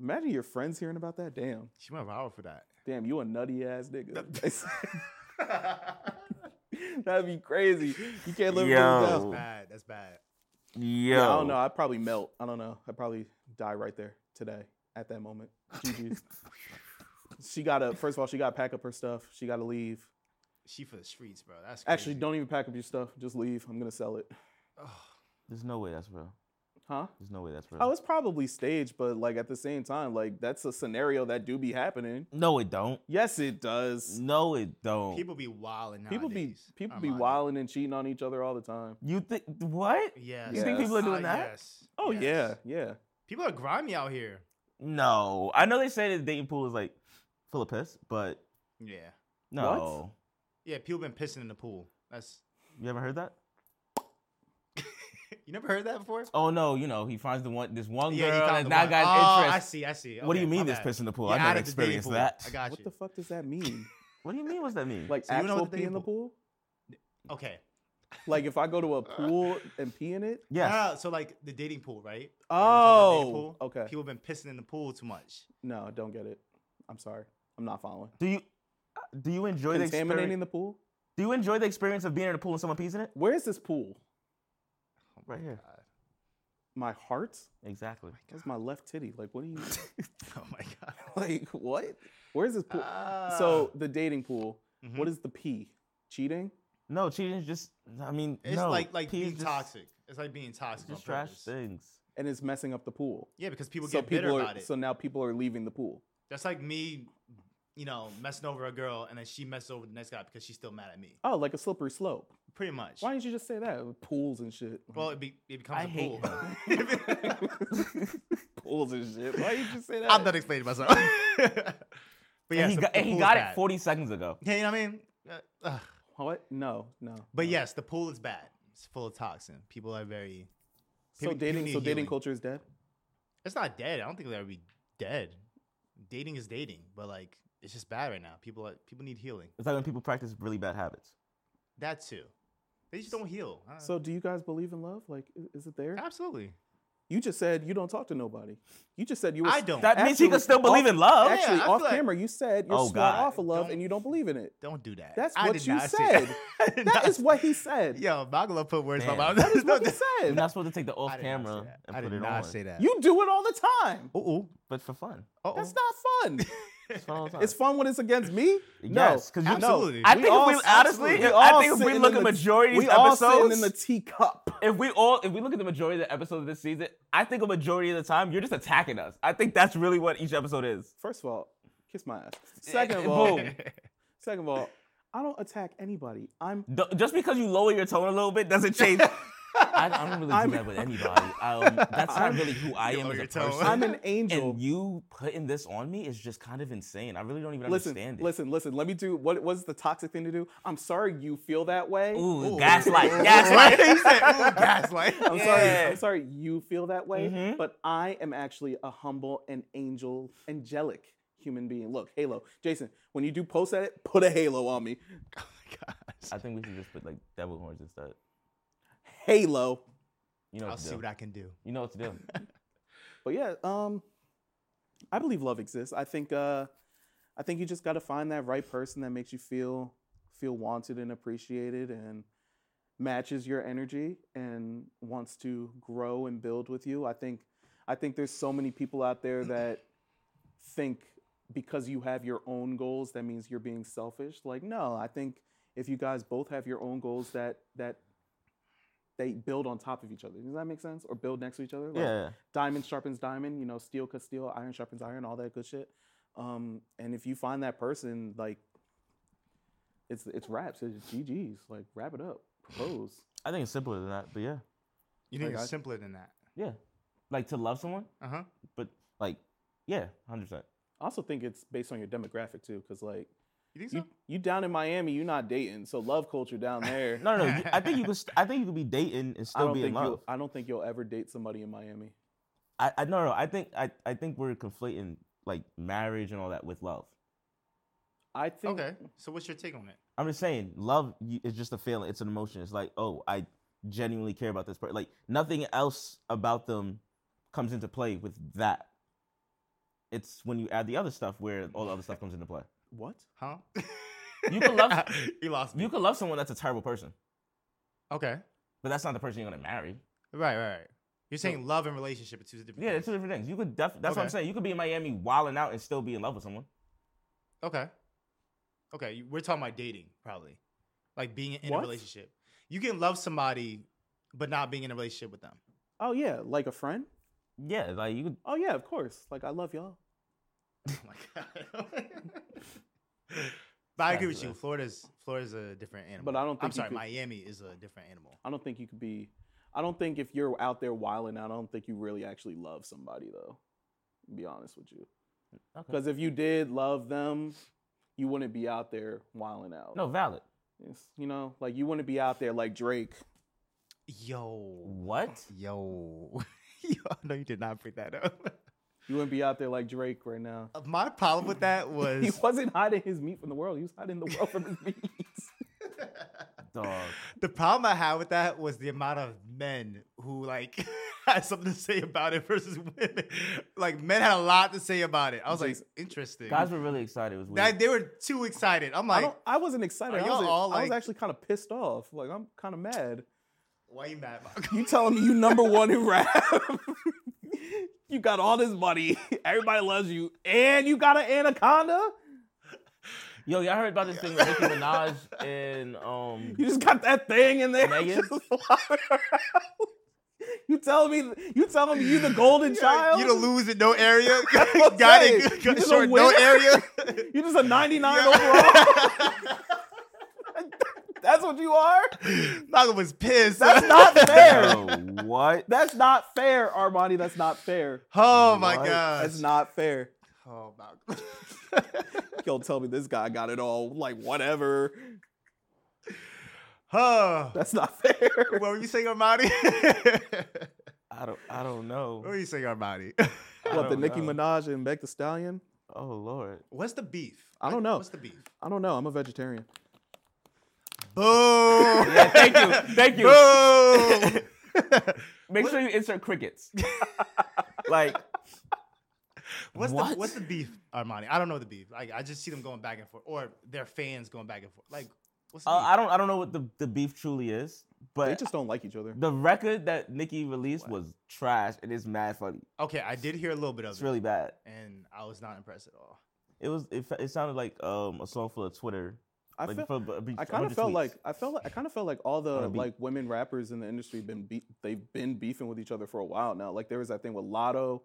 B: Imagine your friends hearing about that. Damn,
C: She went viral for that.
B: damn, you a nutty ass nigga. That'd be crazy. You can't live with
A: Yo.
B: down.
A: Ooh.
C: bad. That's bad.
A: Yo.
B: Yeah, I don't know. I'd probably melt. I don't know. I'd probably die right there today at that moment. GG's. she gotta first of all, she gotta pack up her stuff. She gotta leave.
C: She for the streets, bro. That's crazy.
B: Actually, don't even pack up your stuff. Just leave. I'm gonna sell it.
C: Oh,
A: There's no way that's real.
B: Huh?
A: There's no way that's real.
B: Oh, it's probably staged, but like at the same time, like that's a scenario that do be happening.
A: no, it don't.
B: Yes, it does.
A: No, it don't.
C: people be wilding.
B: People be
C: nowadays,
B: people be
C: Armando.
B: wilding and cheating on each other all the time.
A: you think what?
C: Yes.
B: You think people
A: are
C: yes.
A: doing
C: Ah,
A: that?
C: Yes.
B: Oh
C: yes.
B: yeah, yeah.
C: People are grimy out here.
A: No, I know they say that the dating pool is like full of piss, but
C: Yeah.
A: no.
C: Yeah. People been pissing in the pool. That's
A: You ever heard that?
C: you never heard that before.
A: Oh no, you know he finds the one, this one
C: Yeah, you
A: girl,
C: found
A: and
C: the
A: that
C: one.
A: guy's
C: oh, I
A: interest.
C: see. I see.
A: what do you
C: Okay, my
A: mean this
C: bad.
A: piss in the pool?
C: Yeah,
A: I
C: out
A: never
C: of the dating
A: experienced
C: pool.
A: that.
C: I got
B: What
C: you.
B: the fuck does that mean?
A: What do you mean? What's that mean?
B: Like
C: So you don't know
B: actual
C: what the
B: pee in the
C: people-
B: pool?
C: okay.
B: Like if I go to a
C: Uh,
B: pool and pee in it?
A: yes.
C: Ah, so like the dating pool, right? Like, when we talk about dating
B: Oh,
C: pool,
B: okay.
C: People been pissing in the pool too much.
B: No, don't get it. I'm sorry. I'm not following.
A: do you do you enjoy the
B: Contaminating
A: experience?
B: the pool?
A: Do you enjoy the experience of being in a pool and someone pees in it?
B: Where is this pool?
C: Oh
A: Right
C: my
A: here.
C: God.
B: My heart?
A: Exactly.
B: That's my left titty. Like, what do you
C: Oh my god.
B: like? What? Where is this pool?
C: Ah.
A: Uh,
B: so the dating pool.
C: Mhm.
B: what is the P? Cheating?
A: No, cheating is just. I mean,
C: it's
A: no,
C: like like
A: pee is
C: being
A: just-
C: toxic. It's like being toxic.
A: It's just
C: on
A: trash
C: purpose.
A: things.
B: And it's messing up the pool.
C: Yeah, because people
B: so
C: get bitter
B: people are
C: about it.
B: so now people are leaving the pool.
C: That's like me, you know, messing over a girl and then she messes over the next guy because she's still mad at me.
B: Oh, like a slippery slope.
C: Pretty much.
B: Why didn't you just say that? Pools and shit.
C: Well, it, be, it becomes
A: I
C: a
A: hate
C: pool.
B: Pools and shit. Why did you just say that?
C: I'm not explaining myself. but yeah,
A: and he
C: so
A: got,
C: the
A: and he
C: pool's
A: got
C: bad.
A: it 40 seconds ago.
C: Yeah, you know what I mean. Uh, ugh.
B: What? No, no.
C: But
B: no.
C: yes, the pool is bad. It's full of toxin. People are very.
B: So
C: people- people
B: dating.
C: need
B: So dating
C: healing.
B: culture is dead.
C: It's not dead. I don't think they'll ever be dead. Dating is dating, but like it's just bad right now. People are, people need healing.
A: It's like when people practice really bad habits.
C: That too. They just don't heal. I don't-
B: So do you guys believe in love? Like, i- is it there?
C: absolutely.
B: You You just said you don't talk to nobody. You just said you. Were
C: I don't.
A: That means he
B: Actually,
A: can still believe
C: oh,
A: in love.
C: Yeah,
B: Actually,
C: I
B: off
C: feel like-
B: camera, you said you're
A: Oh,
B: sworn
A: God.
B: off of love
C: Don't-
B: and you don't believe in it.
C: Don't do that.
B: That's
C: I
B: what
C: did
B: you
C: not say
B: said.
C: I did
B: That
C: not-
B: is what he said.
C: Yo, Magala put words in my
A: Damn.
C: mouth.
B: That is what he
A: You're
B: said.
A: not supposed to take the off
C: I did not say
A: camera
C: that.
A: and
C: I
A: put
C: did
A: it
C: not
A: on,
C: say that.
B: You do it all the time.
C: Ooh,
A: but for fun.
C: oh,
B: That's not fun.
A: It's fun all the time.
B: It's fun when it's against me. no,
A: Yes, because you know.
C: absolutely.
A: I
B: We
A: think
B: all-
A: if we honestly,
B: absolutely.
A: if,
B: We all
A: I think if we
B: sitting
A: look
B: in
A: at
B: the-
A: majority of
B: we
A: these
B: all
A: episodes,
B: sitting in the teacup.
A: if we all if we look at the majority of the episodes of this season, I think a majority of the time you're just attacking us. I think that's really what each episode is.
B: First of all, kiss my ass. Second of
A: Boom.
B: all, second of all, I don't attack anybody. I'm
A: D- just because you lower your tone a little bit doesn't change. I, I don't really do
B: I'm-
A: that with anybody. Um, that's not
B: I'm-
A: really who I
C: You
A: am
C: lower
A: as a
C: your tone.
A: person.
B: I'm an angel.
A: and you putting this on me is just kind of insane. I really don't even
B: listen,
A: understand it.
B: listen, listen. Let me do what was the toxic thing to do? I'm sorry you feel that way.
A: Ooh,
C: Ooh.
A: gaslight,
C: Ooh.
A: gaslight.
C: he said, ooh, gaslight.
B: I'm sorry.
A: Yeah.
B: I'm sorry you feel that way,
A: Mhm.
B: but I am actually a humble and angel, angelic human being. Look, Halo, Jason. When you do post at it, put a halo on me.
C: Oh my
A: I
C: gosh.
A: think we should just put like devil horns instead.
B: Halo.
A: You know
C: I'll
A: what to
C: see
A: do.
C: what I can do.
A: You know what to do.
B: But yeah, um, I believe love exists. I think uh, I think you just got to find that right person that makes you feel feel wanted and appreciated and matches your energy and wants to grow and build with you. I think I think there's so many people out there that think because you have your own goals that means you're being selfish. Like no, I think if you guys both have your own goals that that they build on top of each other. Does that make sense? Or build next to each other? Like,
A: yeah.
B: diamond sharpens diamond, you know, steel cuts steel, iron sharpens iron, all that good shit. Um, and if you find that person, like, it's it's raps, it's GGs, like, wrap it up, propose.
A: I think it's simpler than that, but yeah.
C: You think
B: Like, I-
C: it's simpler than that?
A: Yeah. Like to love someone,
C: Uh huh.
A: but like, yeah, 100%.
B: I also think it's based on your demographic too, because like,
C: You think so?
B: you, you down in Miami, you're not dating, so love culture down there.
A: No, no, no. you- I think you could. St- I think you could be dating and
B: I
A: still
B: don't
A: be
B: think
A: in love.
B: you'll, I don't think you'll ever date somebody in Miami.
A: I, I no, no. I think I, I think we're conflating like marriage and all that with love.
B: I think
C: okay. So what's your take on it?
A: I'm just saying, love y- is just a feeling. It's an emotion. It's like, oh, I genuinely care about this person. Like nothing else about them comes into play with that. It's when you add the other stuff where all the other stuff comes into play.
B: what?
C: Huh?
A: You can love-
C: you lost me.
A: You could love someone that's a terrible person,
C: okay.
A: but that's not the person you're gonna marry.
C: Right, right, right. You're saying love and relationship are two different.
A: Yeah, they're
C: things.
A: two different things. You could def- that's what I'm
C: Okay.
A: saying. You could be in Miami wilding out and still be in love with someone.
C: Okay. Okay, you- we're talking about dating, probably, like being in
B: What?
C: a relationship. You can love somebody, but not being in a relationship with them.
B: Oh yeah, like a friend?
A: Yeah, like you could
B: Oh yeah, of course. Like I love y'all.
C: Oh my god. but I agree with you.
A: Fabulous.
C: Florida's Florida's a different animal.
B: But I don't
C: I'm
B: think you
C: sorry.
B: could-
C: Miami is a different animal.
B: I don't think you could be. I don't think if you're out there wilding, out, I don't think you really actually love somebody though. to Be honest with you,
A: okay.
B: because if you did love them, you wouldn't be out there wilding out.
A: No, valid.
B: It's- you know, like you wouldn't be out there like Drake.
C: Yo.
A: What?
C: Yo. Yo. No, you did not bring that up.
B: You wouldn't be out there like Drake right now.
C: My problem with that
B: He
C: was
B: wasn't hiding his meat from the world. He was hiding the world from his meat.
A: Dog.
C: the problem I had with that was the amount of men who like had something to say about it versus women. Like men had a lot to say about it. I was like,
B: Jeez.
C: interesting.
A: Guys were really excited. It was weird.
C: that they were too excited. I'm
B: I
C: like,
B: don't. I wasn't excited.
C: Are
B: I was,
C: y'all all,
B: I was
C: like-
B: actually kind of pissed off. Like I'm kind of mad.
C: why you mad? Mark?
B: You telling me you number one in rap? you got all this money. Everybody loves you, and you got an anaconda.
A: Yo, y'all heard about this thing with Nicki Minaj and um
B: You just got that thing in there.
A: Megan?
B: just flopping around. You telling me? You telling me you the golden
C: Yeah,
B: child?
C: You to lose in no area.
B: gonna
C: Got
B: say,
C: it.
B: you
C: Got
B: just
C: short
B: a
C: no
B: winner.
C: area.
B: You just a ninety nine overall.
C: Yo.
B: That's what you are.
C: Naga was pissed.
B: That's not fair.
A: Yo, what?
B: That's not fair, Armani. That's not fair.
C: Oh my
A: What?
C: god.
B: That's not fair.
C: Oh my.
B: Yo, tell me this guy got it all. Like whatever.
C: oh.
B: That's not fair.
C: What were you saying, Armani?
A: I don't I don't
C: what
A: know.
C: were you saying, Armani?
A: I
B: What the
A: don't
B: Nicki
A: know.
B: Minaj and Meg The Stallion?
A: Oh Lord.
C: What's the beef?
B: I don't know.
C: What's the beef?
B: I don't know. I'm a vegetarian.
C: Boom.
A: Yeah, thank you. Thank you.
C: Boom.
A: Make
C: What-
A: sure you insert crickets. like uh,
C: What's the
A: What?
C: what's the beef, Armani? I don't know the beef. Like I just see them going back and forth, or their fans going back and forth. Like what's the
A: uh,
C: beef?
A: I don't I don't know what the, the beef truly is,
B: They
A: but
B: just don't like each other.
A: the record that Nicki released was trash. It is mad funny.
C: okay, I did hear a little bit of
A: It's
C: it,
A: really bad.
C: and I was not impressed at all.
A: It was it, fe- it sounded like um a song full of Twitter.
B: I
A: like,
B: feel,
A: full of a bunch
B: I kind of felt
A: tweets.
B: like I felt like, I kind of felt like all
A: On
B: the
A: a beat.
B: like women rappers in the industry been beat they've been beefing with each other for a while now. Like there was that thing with Lotto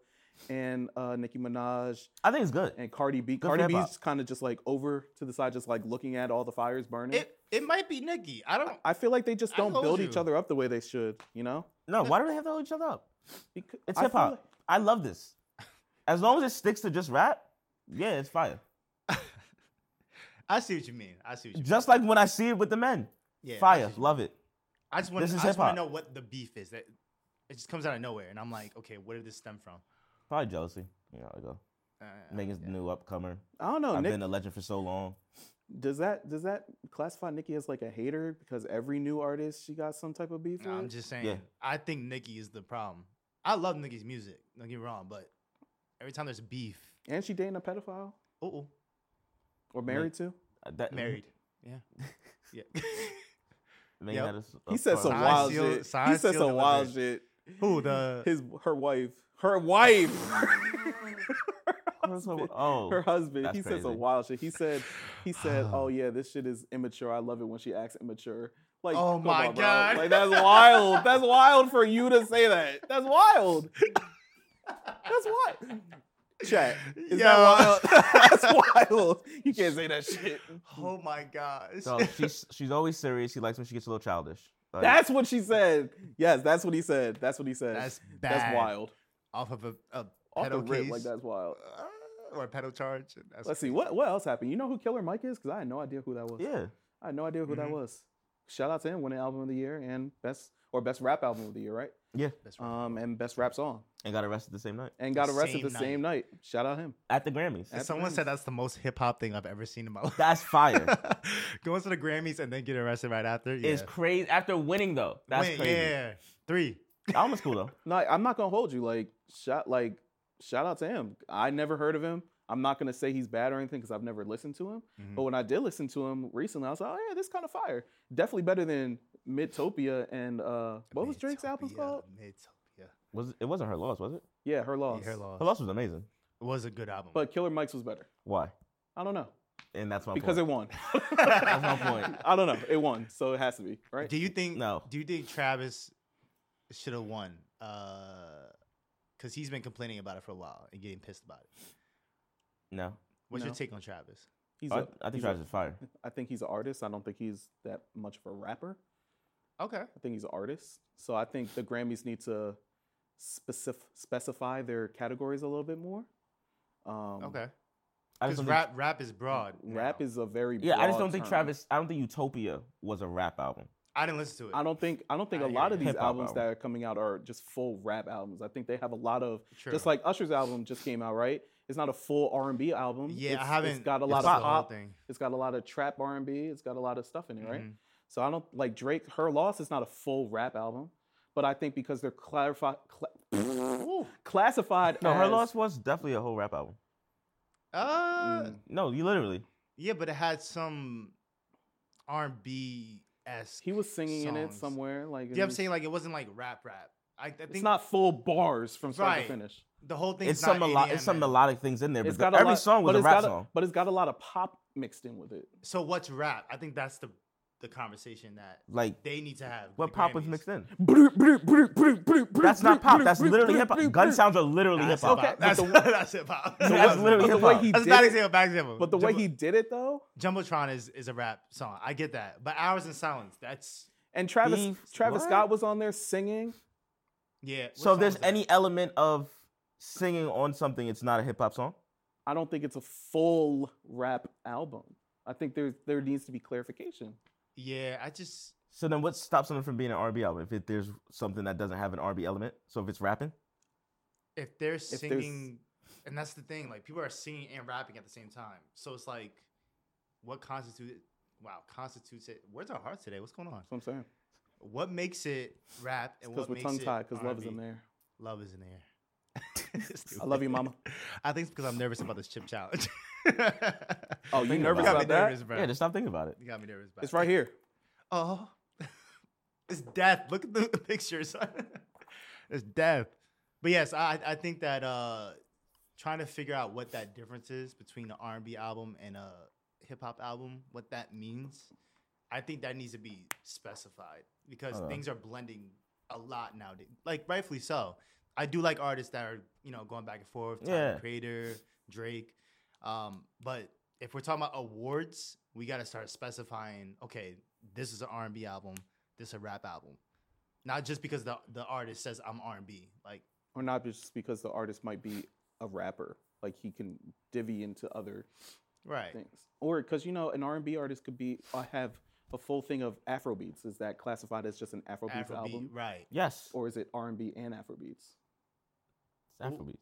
B: and uh, Nicki Minaj
A: I think it's good.
B: and Cardi B.
A: Good for
B: Cardi
A: hip-hop.
B: B's kind of just like over to the side, just like looking at all the fires burning.
C: It it might be Nicki. I don't.
B: I feel like they just
C: I
B: don't
C: told
B: build
C: you.
B: each other up the way they should. You know,
A: No, why do they have to hold each other up?
B: Because
A: It's
B: I feel
A: hip hop.
B: like-
A: I love this. As long as it sticks to just rap, yeah, it's fire.
C: I see what you mean. I see what you mean.
A: Just like when I see it with the men,
C: Yeah, I see
A: fire,
C: what you mean.
A: love it.
C: I just want.
A: This
C: I
A: is
C: just want to
A: hip-hop.
C: know what the beef is. That it just comes out of nowhere, and I'm like, okay, where did this stem from?
A: Probably jealousy. You know, I go.
C: Uh,
A: Megan's
C: yeah.
A: the new upcomer.
B: I don't know.
A: I've
B: Oh, Nick,
A: been a legend for so long.
B: does that does that classify Nicki as like a hater because every new artist she got some type of beef?
C: Nah, I'm
B: with?
C: just saying. I think Nicki is the problem. I love Nicki's music. Don't get me wrong, but every time there's beef,
B: and she dating a pedophile
C: oh,
B: or married to?
A: Uh, That
C: married. Yeah, yeah.
A: Megan
C: Yep.
A: had us
B: He said
A: apart.
B: some
C: Signed,
B: wild
C: sealed-
B: shit. He
C: signed,
B: said
C: sealed,
B: some wild
C: delivered.
B: shit.
C: Who the?
B: His her wife, her wife,
A: That's what- Oh,
B: her husband.
A: That's
B: he said some
A: crazy.
B: wild shit. He said he said, "Oh yeah, this shit is immature. I love it when she acts immature." Like,
C: Oh
B: come
C: my
B: on, bro.
C: God.
B: Like that's wild. that's wild for you to say that. That's wild. That's wild. Chat. Is that
C: Yo.
B: wild? that's wild. You can't say that shit.
C: Oh my gosh.
A: So she's she's always serious. She likes when she gets a little childish. Like,
B: That's what she said. Yes, that's what he said. That's what he said.
C: That's bad.
B: That's wild.
C: Off of a, a
B: Off
C: pedal
B: the rip,
C: case
B: like that's wild.
C: uh, or a pedal charge. That's
B: Let's see
C: crazy.
B: what what else happened. You know who Killer Mike is? Because I had no idea who that was.
A: yeah.
B: I had no idea who that
C: Mhm.
B: was. Shout out to him, winning album of the year and best or best rap album of the year, right?
C: That's right.
B: Um, and best rap song,
A: And got arrested the same night
B: and got
C: The
B: arrested
C: same
B: the same night. Shout out him.
A: at the Grammys.
B: at
C: And
B: the
C: someone
B: Grammys.
C: said that's the most hip hop thing I've ever seen in my life.
A: That's fire.
C: Going to the Grammys and then get arrested right after. Yeah.
A: It's crazy. After winning though, that's
C: Wait,
A: crazy.
C: Yeah. Three.
A: That one was cool though.
B: No, I'm not gonna hold you. Like shout, like shout out to him. I never heard of him. I'm not gonna say he's bad or anything because I've never listened to him.
A: Mm-hmm.
C: Mhm.
B: But when I did listen to him recently, I was like, oh yeah, this kind of fire. Definitely better than Midtopia and uh, what was Drake's album
C: Midtopia,
B: called?
C: Midtopia.
A: Was it, it wasn't her loss, was it?
B: Yeah, her
C: Yeah,
B: loss.
C: Hair Loss.
A: Her loss was amazing.
C: It was a good album.
B: But Killer Mike's was better.
A: Why?
B: I don't know
A: And that's my
B: because
A: point.
B: it won.
A: that's my point.
B: I don't know. It won, so it has to be right.
C: Do you think?
A: No.
C: Do you think Travis should have won? Because he's been complaining about it for a while and getting pissed about it.
A: No,
C: What's your
B: No.
C: take on Travis?
B: He's
A: I
B: a-
A: Oh, I think
B: he's a-
A: Travis is fire.
B: I think he's an artist. I don't think he's that much of a rapper.
C: Okay.
B: I think he's an artist. So I think the Grammys need to specif- specify their categories a little bit more. Um,
C: Okay.
A: I just
C: Because
A: don't
C: rap, rap is broad.
B: Mm, Rap
C: now.
B: is a very
A: think, yeah, I just
B: broad
A: don't think
B: term.
A: Travis. I don't think Utopia was a rap album.
C: I didn't listen to it.
B: I don't think I don't think
C: I
B: a
C: hear
B: lot
C: you.
B: of these
A: Hip-hop
B: albums that
A: album.
B: are coming out are just full rap albums. I think they have a lot of
C: True.
B: just like Usher's album just came out, right? It's not a full R and B album.
C: yeah,
B: It's-
C: I haven't.
B: It's got a lot
C: listened
B: of
C: to the whole
B: pop.
C: thing.
B: It's got a lot of trap R and B. It's got a lot of stuff in it, right?
C: Mhm.
B: So I don't like Drake. Her loss is not a full rap album, but I think because they're clarified, cla- classified.
A: No, her
B: as-
A: loss was definitely a whole rap album.
C: Uh,
B: Mm.
A: No, you literally.
C: yeah, but it had some R and B esque.
B: He was singing in it
C: songs.
B: somewhere. Like
C: Do you know what
B: and
C: I'm saying? Like it wasn't like rap rap. I, I think
B: It's not full bars from start
C: Right.
B: to finish.
C: the whole thing.
A: It's some melo- it's some melodic things in there
B: It's
A: because
B: got a
A: every
B: lot,
A: song was
B: but
A: a
B: it's
A: rap
B: got
A: song.
B: but it's got a lot of pop mixed in with it.
C: So what's rap? I think that's the the conversation that
A: Like
C: they need to have.
A: what
C: the
A: pop was
C: Grammys.
A: mixed in?
B: That's
A: That's not pop. That's literally hip hop. Gun sounds are literally hip
C: That's
A: hop.
B: Okay,
C: hip-hop.
B: but
C: that's,
B: the-
C: that's hip hop.
A: that's literally
B: But the
A: hip
B: way
A: hop.
B: he
C: That's
B: did
C: not
B: it,
C: example. Bad example.
B: but the way
C: Jumbo-
B: he did it though,
C: Jumbotron is is a rap song. I get that. But Hours in Silence. That's
B: and Travis
A: Beef,
B: Travis
A: what?
B: Scott was on there singing.
C: yeah. what
A: So
C: song
A: if there's
C: was that?
A: any element of singing on something, it's not a hip hop song.
B: I don't think it's a full rap album. I think there there needs to be clarification.
C: Yeah, I just
A: So then, what stops something from being an R&B album if it, there's something that doesn't have an R&B element? So if it's rapping,
C: if they're
B: there's-
C: singing, and that's the thing, like people are singing and rapping at the same time. So it's like, what constitutes? Wow, constitutes it. Words are hard today. What's going on?
B: That's what I'm saying.
C: What makes it rap and
B: Because
C: what
B: we're
C: makes
B: tongue
C: it
B: tied, because love is in
C: R&B?
B: there.
C: Love is in there.
B: I love you, mama.
C: I think it's because I'm nervous about this chip challenge.
B: Oh, you
A: Think
B: nervous about,
A: about it.
C: got me
B: that?
C: nervous, bro.
A: Yeah, just stop thinking about it.
C: you got me nervous. Bro.
B: It's right here.
C: Oh, it's death. Look at the pictures. it's death. But yes, I I think that uh, trying to figure out what that difference is between the R and B album and a hip hop album, what that means, I think that needs to be specified because
A: Uh.
C: things are blending a lot nowadays. Like rightfully so. I do like artists that are you know going back and forth. Tyler,
A: Yeah.
C: Creator, Drake. Um, but if we're talking about awards, we got to start specifying. Okay, this is an R and B album. This is a rap album. Not just because the the artist says I'm R and B. Like
B: Or not just because the artist might be a rapper. Like he can divvy into other
C: right.
B: things. Or because you know, an R and B artist could be uh, have a full thing of Afro beats. Is that classified as just an Afro beats
C: Afrobeat,
B: album,
C: right?
A: Yes,
B: or is it R and B and Afro beats?
A: it's Afrobeats.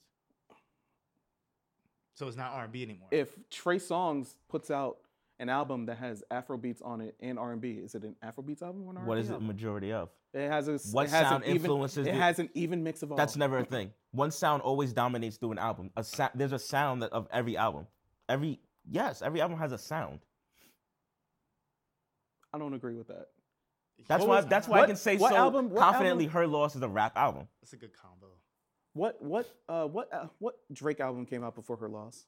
C: So it's not R and B anymore.
B: If Trey Songz puts out an album that has Afro beats on it and R and B, is it an Afro beats album or an R and B?
A: What is it
B: album?
A: majority of?
B: It has a s-
A: What
B: it has
A: sound
B: an even,
A: influences
B: It
A: the-
B: has an even mix of all.
A: That's never a thing. One sound always dominates through an album. A sa- there's a sound that of every album. Every yes, every album has a sound.
B: I don't agree with that.
A: That's
C: What
A: why.
C: was-
A: That's why I
B: What-
A: can say
B: what
A: so
B: album- what
A: confidently. Her loss is a rap album.
C: That's a good combo.
B: What what uh what uh, what Drake album came out before her loss?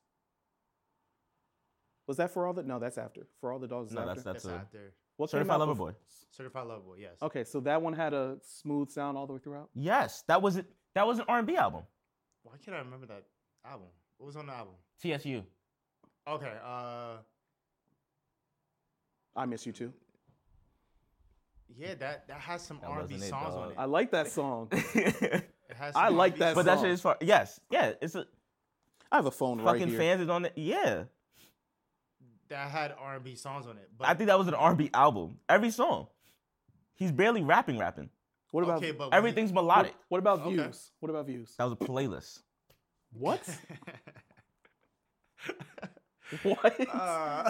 B: Was that for all the? No, that's after. For all the dogs. Is
A: No,
B: after.
A: that's that's
C: That's,
A: a
C: out there.
B: What came
A: Certified
B: out
A: Lover
B: before-
A: Boy.
C: Certified Lover Boy. Yes.
B: Okay, so that one had a smooth sound all the way throughout.
A: Yes, that was it. That was an R&B album.
C: Why can't I remember that album? What was on the album?
A: TSU.
C: Okay. Uh,
B: I miss you too.
C: yeah, that that has some
A: That
C: R and B
A: wasn't it,
C: songs
A: dog.
C: on it.
B: I like that song.
C: It has
B: I
C: some
B: like
C: R&B
B: that
A: but
C: songs.
A: that
B: song.
A: shit is far. Yes, yeah. It's a
B: I have a phone right
A: fucking
B: here.
A: fans is on it. Yeah,
C: that had R and B songs on it. But
A: I think that was an R&B album. Every song, he's barely rapping, rapping.
B: What about
C: okay, but was it-
A: Everything's melodic.
B: what, what about
C: Okay.
B: views? What about views?
A: That was a playlist.
B: What? what?
C: Uh,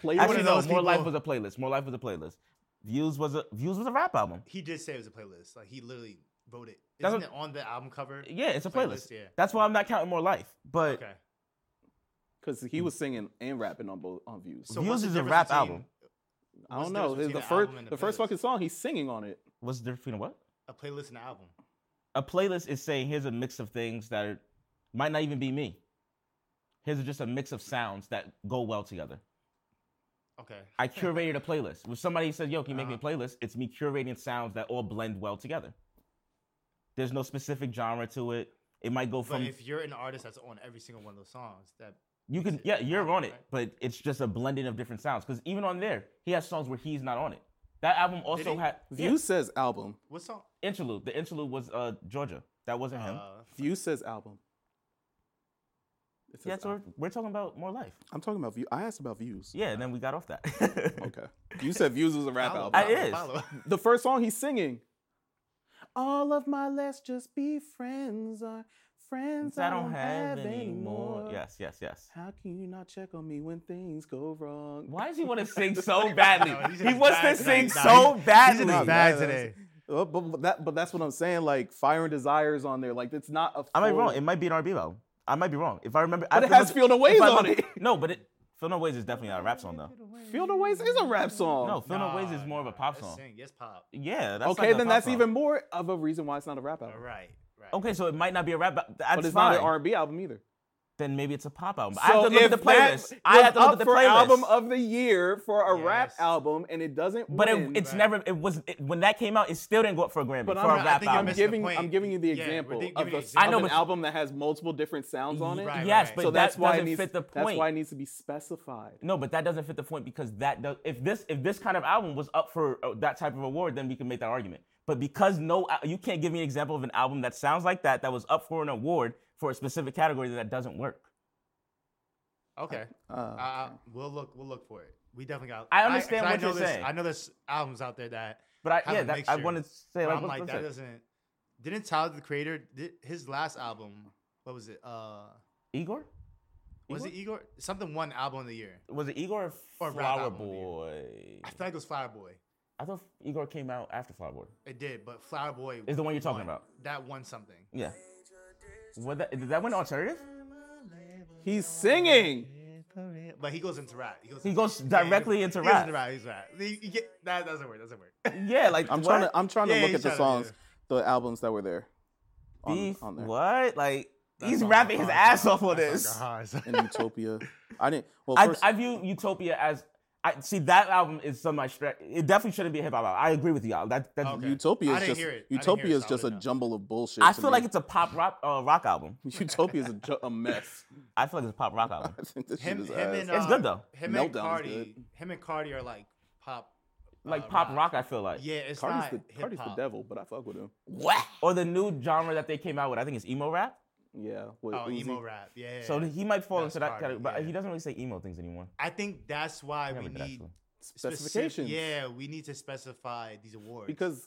B: Play
C: Actually,
A: Actually, no.
C: no, those
A: More life
C: people-
A: was a playlist. More life was a playlist. Views was a Views was a rap album.
C: he did say it was a playlist. Like he literally wrote it.
A: That's
C: Isn't
A: what-
C: it on the album cover?
A: Yeah, it's a playlist.
C: yeah.
A: That's why I'm not counting more life. But
C: Okay.
B: Because
A: mm.
B: he was singing and rapping on both on views.
A: Views
C: what's the
A: is a
C: difference
A: rap
C: between
A: album.
B: I
C: what's
B: don't
C: the
B: know.
C: difference
B: His,
C: between
B: the
C: an
B: first
C: album and a
B: the first
C: playlist?
B: fucking song he's singing on it.
A: what's the difference between what?
C: A playlist and an album.
A: A playlist is saying here's a mix of things that are, might not even be me. Here's just a mix of sounds that go well together.
C: Okay.
A: I curated a playlist. When somebody says, "Yo, can you make me
C: Uh-huh.
A: a playlist?" It's me curating sounds that all blend well together. There's no specific genre to it. It might go
C: But
A: from
C: if you're an artist that's on every single one of those songs, that
A: You
C: Makes
A: can,
C: it
A: yeah, you're
C: album,
A: on it,
C: right?
A: but it's just a blending of different sounds. Because even on there, he has songs where he's not on it. That album also
C: he?
A: had
B: Views says album.
C: what song?
A: yeah, interlude. The interlude was uh Georgia. That wasn't him.
C: Uh,
B: Views says album. It says
A: Yeah, so we're,
B: album.
A: we're talking about more life.
B: I'm talking about view. I asked about views.
A: Yeah, and then we got off that.
B: Okay. You said views was a rap
C: follow,
B: album.
A: I- it
C: follow,
A: is.
C: follow.
B: the first song he's singing. All of my let's just be friends are friends
A: I don't have any more. Yes, yes, yes.
B: How can you not check on me when things go wrong?
A: Why does he want to sing so badly?
C: No, he's
A: he
C: just
A: wants to
C: bad
A: sing
C: tonight. Nah,
A: so
C: he's-
A: badly.
C: He's in his
B: Nah,
C: bag
B: yeah,
C: today.
B: Oh, but, but that, but that's what I'm saying. Like Fire and Desires on there. Like it's not a.
A: I might be wrong.
B: full-
A: It might be an R&B album. I might be wrong. If I remember,
B: But
A: I
B: it has
A: remember-
B: Feel No Ways
A: if I
B: on
A: remember-
B: it.
A: No, but it Feel No Ways is definitely not a rap song though.
B: Feel No Ways is a rap song.
A: No, Feel No Ways
C: Nah,
A: is more of a
C: nah,
A: pop
C: that's
A: song.
C: sing- Yes, pop.
A: Yeah. That's
B: Okay,
A: like a
B: then
A: pop
B: that's
A: song.
B: even more of a reason why it's not a rap album.
C: Right. Right.
A: Oh. Okay, so it might not be a rap. al- That's
B: But it's
A: fine.
B: not an R&B album either.
A: then maybe it's a pop album. I have to look at
B: if
A: the
B: that
A: playlist. I
B: was
A: have to look
B: up
A: at the
B: for
A: playlist.
B: album of the year for a rap
C: Yes.
B: album, and it doesn't.
A: but
B: win.
A: it, it's
C: Right.
A: never. It was it, when that came out. It still didn't go up for a Grammy
B: But
A: for
B: I'm
A: a
B: not- I
A: rap
C: think I'm
A: album.
C: missing- the
B: giving,
C: point.
B: I'm giving you the
C: Yeah,
B: example
C: we're thi-
B: of,
C: giving
B: the,
C: an example.
A: I know,
B: of an
A: but-
B: album that has multiple different sounds on it.
C: Right,
A: yes,
C: right.
A: but
B: so
A: that
B: that's why it
A: doesn't
B: needs,
A: fit the
B: That's
A: point.
B: why it needs to be specified.
A: no, but that doesn't fit the point because that does. If this if this kind of album was up for uh, that type of award, then we can make that argument. But because no, uh, you can't give me an example of an album that sounds like that that was up for an award for a specific category that doesn't work.
C: Okay.
B: Uh,
C: Uh, we'll look. We'll look for it. We definitely got.
A: Oh, I understand
C: 'cause
A: what
C: know
A: you're
C: there's-
A: saying.
C: I know there's albums out there that
A: But I,
C: Have
A: yeah,
C: a
A: that, I
C: mixture.
A: wanted to say
C: where
A: like,
C: I'm
A: what's-
C: like
A: what's
C: that
A: that?
C: doesn't. Didn't Tyler the Creator did his last album? What was it? Uh,
A: Igor.
C: was
A: Igor?
C: it Igor? Something won album of the year.
A: Was it Igor or
C: Or rap
A: Flower
C: album of the
A: Boy?
C: I feel like it was Flower Boy.
A: I thought Igor came out after Flower Boy.
C: It did, but Flower Boy
A: Is the one you're talking
C: won.
A: about?
C: That won something.
A: Yeah. What that, did that win alternative?
B: He's singing.
C: But he goes into rap. He goes,
A: He goes directly into
C: He goes
A: rap.
C: into rap. He's rap. He- he get- that doesn't work. Doesn't work.
A: Yeah, like
B: I'm
A: what?
B: trying to I'm trying to
C: Yeah,
B: look
C: he's
B: at the
C: trying
B: songs,
C: to-
B: the albums that were there. On,
A: beef.
B: on there.
A: What? Like
C: That
A: he's
C: song's
A: rapping his
C: hard.
A: ass off on
C: That
A: this.
C: song's hard.
B: In Utopia. I didn't well
A: I,
B: first
A: I view Utopia as I see that album is some of my stre- It definitely shouldn't be a hip hop album. I agree with you. That that's
C: Okay.
B: Utopia
C: I
B: is
C: didn't
B: just
C: hear it. I didn't hear it,
B: Utopia is
C: so I
B: just a
C: wouldn't know.
B: jumble of bullshit.
A: I
B: to
A: feel
B: me.
A: like it's a pop rock uh, rock album.
B: Utopia is a, ju- a mess.
A: I feel like it's a pop rock
B: I
A: album.
B: think this
C: Him,
B: shit is
C: him
B: ass.
C: and,
A: It's
C: uh,
A: good, though.
C: Him
B: Meltdown
C: and
B: is
C: Cardi.
B: good.
C: Him and Cardi are like pop.
A: Like
C: uh,
A: pop rock, I feel like.
C: Yeah, it's
B: Cardi's
C: not
B: the, Cardi's the
C: hip-hop.
B: devil, but I fuck with him.
A: What? Or the new genre that they came out with. I think it's emo rap.
B: Yeah. With
C: Oh,
B: Uzi.
C: emo rap. Yeah.
A: So he might fall
C: That's
A: into that
C: hard,
A: category, but
C: yeah.
A: he doesn't really say emo things anymore.
C: I think that's why
A: Yeah,
C: we
A: we did,
C: need
A: actually.
C: specific-
B: Specifications.
C: Yeah, we need to specify these awards
B: because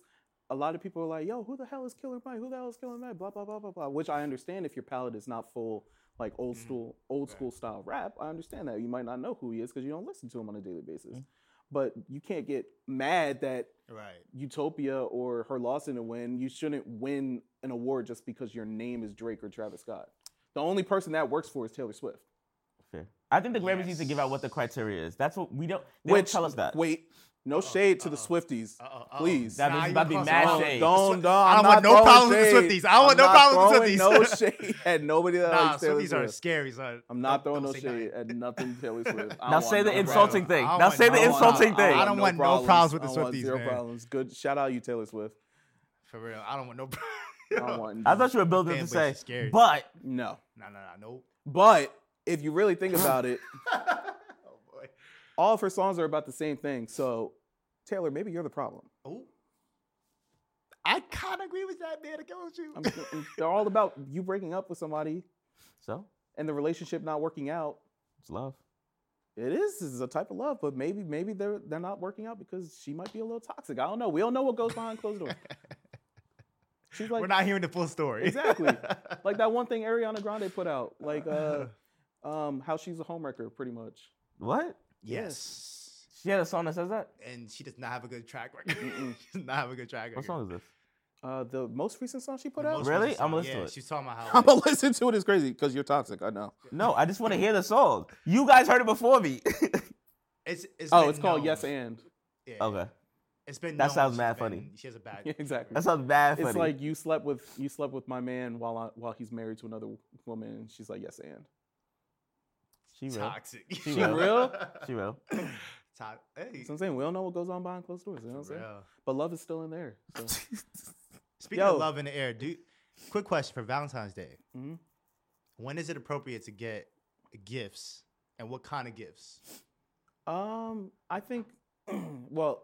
B: a lot of people are like, "Yo, who the hell is Killer Mike? Who the hell is Killer Mike?" Blah blah blah blah blah. Which I understand if your palette is not full, like old
C: Mhm.
B: school, old
C: Right.
B: school style rap. I understand that you might not know who he is because you don't listen to him on a daily basis.
A: Mhm.
C: Mm-hmm.
B: But you can't get mad that
C: right.
B: Utopia or Her Loss in a Win. You shouldn't win an award just because your name is Drake or Travis Scott. The only person that works for is Taylor Swift.
A: Fair. I think the Grammys needs to give out what the
C: Yes.
A: criteria is. That's what we don't. They
B: Which
A: don't tell us that.
B: Wait, no shade to the Swifties.
C: Uh-oh, uh-oh.
B: Please.
A: That
C: Nah,
A: bitch is
C: you
A: about to be
C: crossing
A: mad
C: the line.
A: shade.
B: Don't, don't.
C: I
B: I'm
C: don't
B: not
C: want no
B: throwing
C: problems with
B: shade.
C: Swifties. I don't want
B: I'm
C: no
B: not
C: problems with
B: throwing
C: Swifties.
B: No shade at nobody that
C: Nah,
B: likes Taylor
C: Swifties are
B: Swift.
C: scary. Son.
B: I'm not
C: Don't-
B: throwing
C: don't
B: no
C: say nothing.
B: shade at nothing Taylor Swift. I
A: Now
B: don't
A: say
B: want
A: the
B: no
A: insulting
B: problems.
A: thing.
C: I
A: Now
C: want
A: say the
C: no-
A: insulting
C: I
A: thing.
C: don't want no problems with the
B: I want
C: Swifties,
B: Zero
C: man.
B: problems. Good. Shout out you, Taylor Swift.
C: For real, I don't want no.
B: I don't want.
A: I thought you were building
C: Fan
A: to
C: base
A: say,
C: is scary.
A: but
B: no.
C: No, no, no, nope.
B: But if you really think about it,
C: oh boy.
B: all of her songs are about the same thing. So, Taylor, maybe you're the problem.
C: Oh. I kind of agree with that, man. I go with you.
B: I'm, they're all about you breaking up with somebody
A: so
B: and the relationship not working out.
A: it's love.
B: It is. This is a type of love, but maybe maybe they're they're not working out because she might be a little toxic. I don't know. We don't know what goes behind closed doors. She's like
C: We're not hearing the full story.
B: Exactly. like that one thing Ariana Grande put out, like uh, um, how she's a homewrecker, pretty much.
A: What?
C: yes.
A: She had a song that says that.
C: And she does not have a good track record.
B: Mm-mm.
C: she does not have a good track record.
A: What song is this?
B: Uh, the most recent song she put
C: The
B: out.
C: most
A: Really?
C: recent
A: I'ma
C: song,
A: listen to
C: yeah,
A: it.
C: She's talking about how.
B: I'm gonna listen to it. It's crazy because you're toxic. I know.
A: No, I just want to hear the song. You guys heard it before me.
C: it's, it's
B: Oh,
C: been
B: it's called Yes
C: known.
B: and.
C: Yeah,
A: okay,
C: It's been
A: That
C: known
A: sounds
C: she's
A: mad
C: been-
A: funny.
C: She has a bad.
B: Yeah, exactly.
A: that sounds bad. Funny.
B: It's like you slept with you slept with my man while I, while he's married to another woman. And she's like yes and.
A: she real.
C: toxic.
A: She real.
B: real?
A: She real.
C: Top. Hey.
B: So I'm saying we don't know what goes on behind closed doors. You know what I'm saying?
C: real.
B: But love is still in there. So.
C: Speaking
B: Yo.
C: of love in the air, dude. Quick question for Valentine's Day.
A: Mm-hmm.
B: Mhm.
C: When is it appropriate to get gifts, and what kind of gifts?
B: Um, I think, well,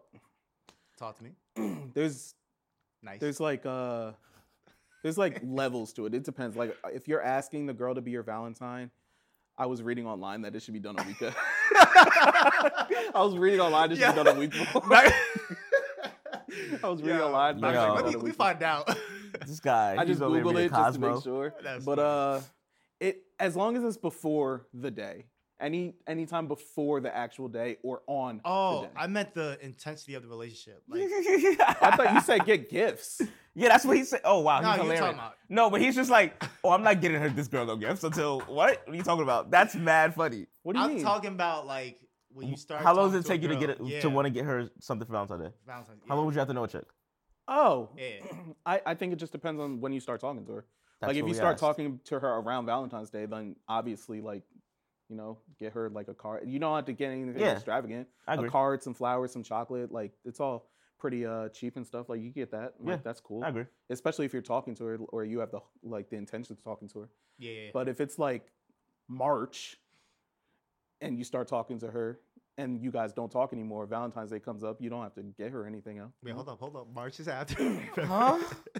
C: Talk to me.
B: there's
C: Nice.
B: there's like uh, there's like levels to it. It depends. Like uh, if you're asking the girl to be your Valentine, I was reading online that it should be done a week. I was reading online it should be
C: Yeah.
B: done a week before.
C: Right.
B: I was reading
C: Yeah.
B: online.
A: Yo.
B: it should be
C: Let
B: done
C: me,
B: a
C: let me
B: week
C: find out.
A: This guy.
B: before. I
A: he's
B: just
A: over here
B: googled
A: reading
B: it just to make
A: Cosmo.
B: sure.
C: That's
B: but
C: funny.
B: uh, it as long as it's before the day, any anytime before the actual day or on.
C: oh,
B: the day.
C: I meant the intensity of the relationship. Like,
B: I thought you said get gifts.
A: Yeah, that's what he said. Oh wow,
C: Nah,
A: he's
C: you talking
A: hilarious.
C: about-
A: No, but he's just like, oh, I'm not getting her this girl no gifts until what? What are you talking about? That's mad funny.
B: What do you
C: I'm
B: mean?
C: talking about like when you start.
A: How long does it take
C: talking
A: you to
C: a
A: get it,
C: girl. yeah.
A: to want to get her something for Valentine's Day?
C: Valentine's- yeah.
A: How long would you have to know a chick?
B: Oh,
C: Yeah.
B: I, I think it just depends on when you start talking to her.
A: That's
B: like if
A: what
B: you
A: we
B: start
A: asked.
B: talking to her around Valentine's Day, then obviously like, you know, get her like a card. You don't have to get anything
A: Yeah.
B: extravagant.
A: I agree.
B: A card, some flowers, some chocolate. Like it's all pretty uh cheap and stuff. Like you get that. Like,
A: Yeah,
B: that's cool.
A: I agree.
B: Especially if you're talking to her or you have the like the intention of talking to her.
C: Yeah. yeah.
B: But if it's like March and you start talking to her and you guys don't talk anymore, Valentine's Day comes up, you don't have to get her anything else.
C: Wait, hold up, hold up. March is after.
A: Huh?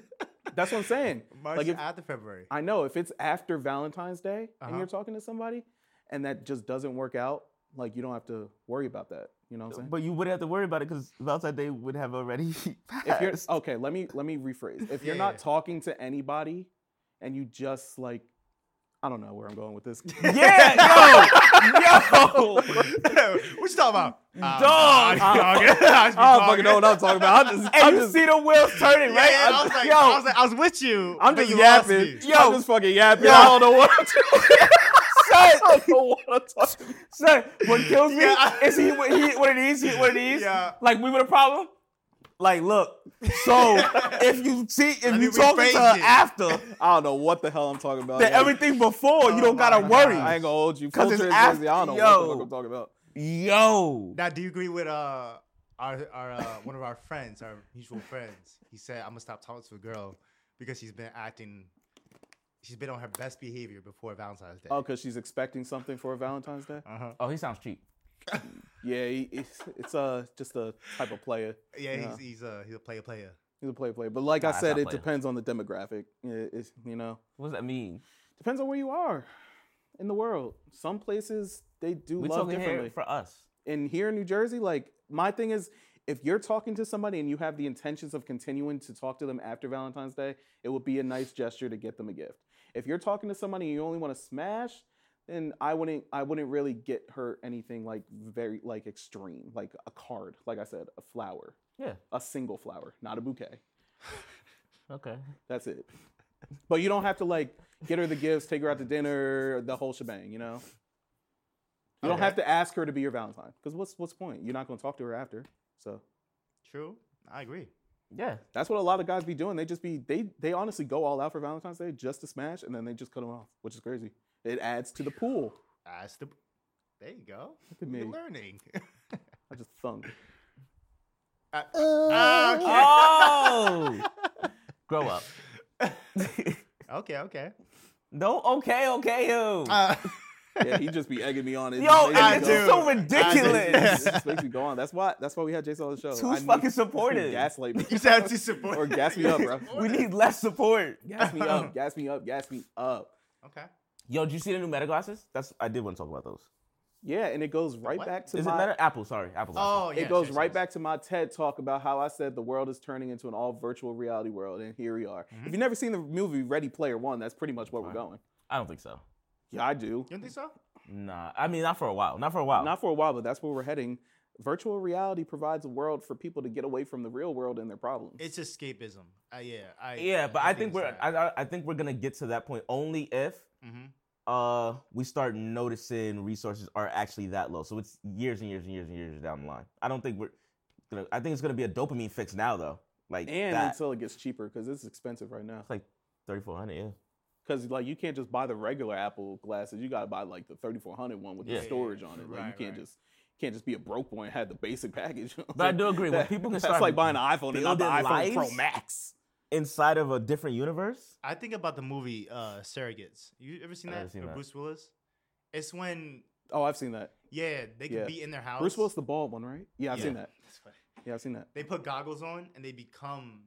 B: That's what I'm saying.
C: March
B: Like,
C: is
B: if-
C: after February.
B: I know if it's after Valentine's Day and
C: Uh-huh.
B: you're talking to somebody and that just doesn't work out, like you don't have to worry about that. You know what I'm saying?
A: But you wouldn't have to worry about it because Valentine's Day would have already passed.
B: if you're okay, let me let me rephrase. If you're
C: Yeah.
B: not talking to anybody and you just like I don't know where I'm going with this.
A: Yeah, yo, yo.
C: what you talking about? Uh,
A: Dog.
C: I
B: I don't fucking know what I'm talking about. I'm just,
A: And
B: I'm
A: you
B: just,
A: see the wheels turning,
C: Yeah,
A: right?
C: yeah, I
A: I'm-
C: was like,
A: yo,
C: I was like, I was with you.
B: I'm
C: but
B: just
C: you lost
B: yapping.
C: me.
B: Yo, I'm just fucking yapping.
A: Yo.
B: I don't know what I'm doing.
A: son,
B: I don't know what I'm talking.
A: son, what kills me
C: Yeah, I-
A: is he what, he what it is, he what it is.
C: Yeah.
A: Like we were the problem. Like, look. So if you see, if
C: Let
A: you
C: me
A: talking to
C: rephrase
A: her
C: it.
A: after,
B: I don't know what the hell I'm talking about.
A: then
B: Yo,
A: everything before, you
C: Oh
A: don't gotta
C: my
A: worry.
B: I ain't gonna hold you.
A: 'Cause
B: Full
A: it's
B: transparency. I don't know what the
A: after-
B: fuck I'm talking about.
A: Yo,
C: Now, do you agree with uh our our uh, one of our friends, our mutual friends? He said, "I'm gonna stop talking to a girl because she's been acting, she's been on her best behavior before Valentine's Day."
B: Oh, because she's expecting something for Valentine's Day.
C: Uh-huh.
A: oh, he sounds cheap.
B: Yeah, he, it's, it's uh just a type of player.
C: Yeah,
B: Yeah.
C: he's he's a he's a player player.
B: He's a player player. But like I
A: Nah, it's
B: said,
A: not
B: it
A: player.
B: depends on the demographic. Yeah, it's, you know,
A: What does that mean?
B: depends on where you are in the world. Some places they do
A: We
B: love
A: talking
B: differently.
A: here for us.
B: and here in New Jersey, like my thing is, if you're talking to somebody and you have the intentions of continuing to talk to them after Valentine's Day, it would be a nice gesture to get them a gift. If you're talking to somebody and you only want to smash, then I wouldn't I wouldn't really get her anything like very like extreme, like a card, like I said, a flower,
A: Yeah.
B: a single flower, not a bouquet.
A: Okay.
B: That's it. But you don't have to like get her the gifts, take her out to dinner, the whole shebang, you know? You don't
C: Okay.
B: have to ask her to be your Valentine. Because what's what's the point? You're not gonna talk to her after. So
C: True, I agree.
A: Yeah.
B: that's what a lot of guys be doing. They just be they they honestly go all out for Valentine's Day just to smash and then they just cut them off, which is crazy. It adds to the pool.
C: That's the. There you go.
B: Look at me.
C: You're learning.
B: I just thunk.
C: Ah, ah, okay.
A: Oh, grow up.
C: okay, okay.
A: No, okay, okay, yo.
C: Uh,
B: Yeah, he just be egging me on. It just
A: yo,
B: makes me
A: it's
C: I
B: go-
A: just so
B: It
A: ridiculous.
B: just makes me go on. That's why that's why we had Jason on the show.
A: Too
B: I need-
A: fucking supportive.
B: Gaslight me.
C: you said to support
B: Or gas me up, bro.
A: we need less support.
B: Gas me up, gas me up, gas me up.
C: Okay.
A: Yo, did you see the new meta glasses? That's I did want to talk about those.
B: Yeah, and it goes right
C: what?
B: back to
A: Is
B: my.
A: it meta? Apple, sorry, Apple. Glasses.
C: Oh,
B: it
C: yeah.
B: goes
C: sure,
B: right
C: sure.
B: back to my TED talk about how I said the world is turning into an all virtual reality world, and here we are.
C: Mm-hmm.
B: If you've never seen the movie Ready Player One, that's pretty much where we're
A: Right.
B: going.
A: I don't think so.
B: Yeah, I do.
C: You don't think so?
A: Nah, I mean not for a while. Not for a while.
B: Not for a while, but that's where we're heading. Virtual reality provides a world for people to get away from the real world and their problems.
C: It's escapism. Uh, yeah. I,
A: yeah, but I, think,
C: it's
A: we're
C: that.
A: I, I- I think we're gonna get to that point only if
C: Mhm.
A: uh we start noticing resources are actually that low. So it's years and years and years and years down the line. I don't think we're gonna. I think it's gonna be a dopamine fix now though. Like
B: and
A: that.
B: until it gets cheaper, because it's expensive right now.
A: it's like thirty four hundred. Yeah.
B: Because like you can't just buy the regular Apple glasses. You gotta buy like the 3400 one with
A: Yeah.
B: the storage on it. Like
C: Right,
B: you can't
C: right.
B: just can't just be a broke boy and have the basic package.
A: But I do agree when
B: That-
A: people can
B: that's
A: start
B: like buying an iPhone and not the iPhone
A: building
B: Pro
A: lives.
B: Max.
A: inside of a different universe.
C: I think about the movie uh, Surrogates. You ever seen
A: I
C: that?
A: haven't seen
C: With
A: that.
C: Bruce Willis. It's when
B: Oh, I've seen that.
C: yeah they could
B: Yeah.
C: be in their house.
B: Bruce Willis, the bald one, right? Yeah, I've seen
C: Yeah.
B: that.
C: That's funny.
B: Yeah, I've seen that.
C: They put goggles on and they become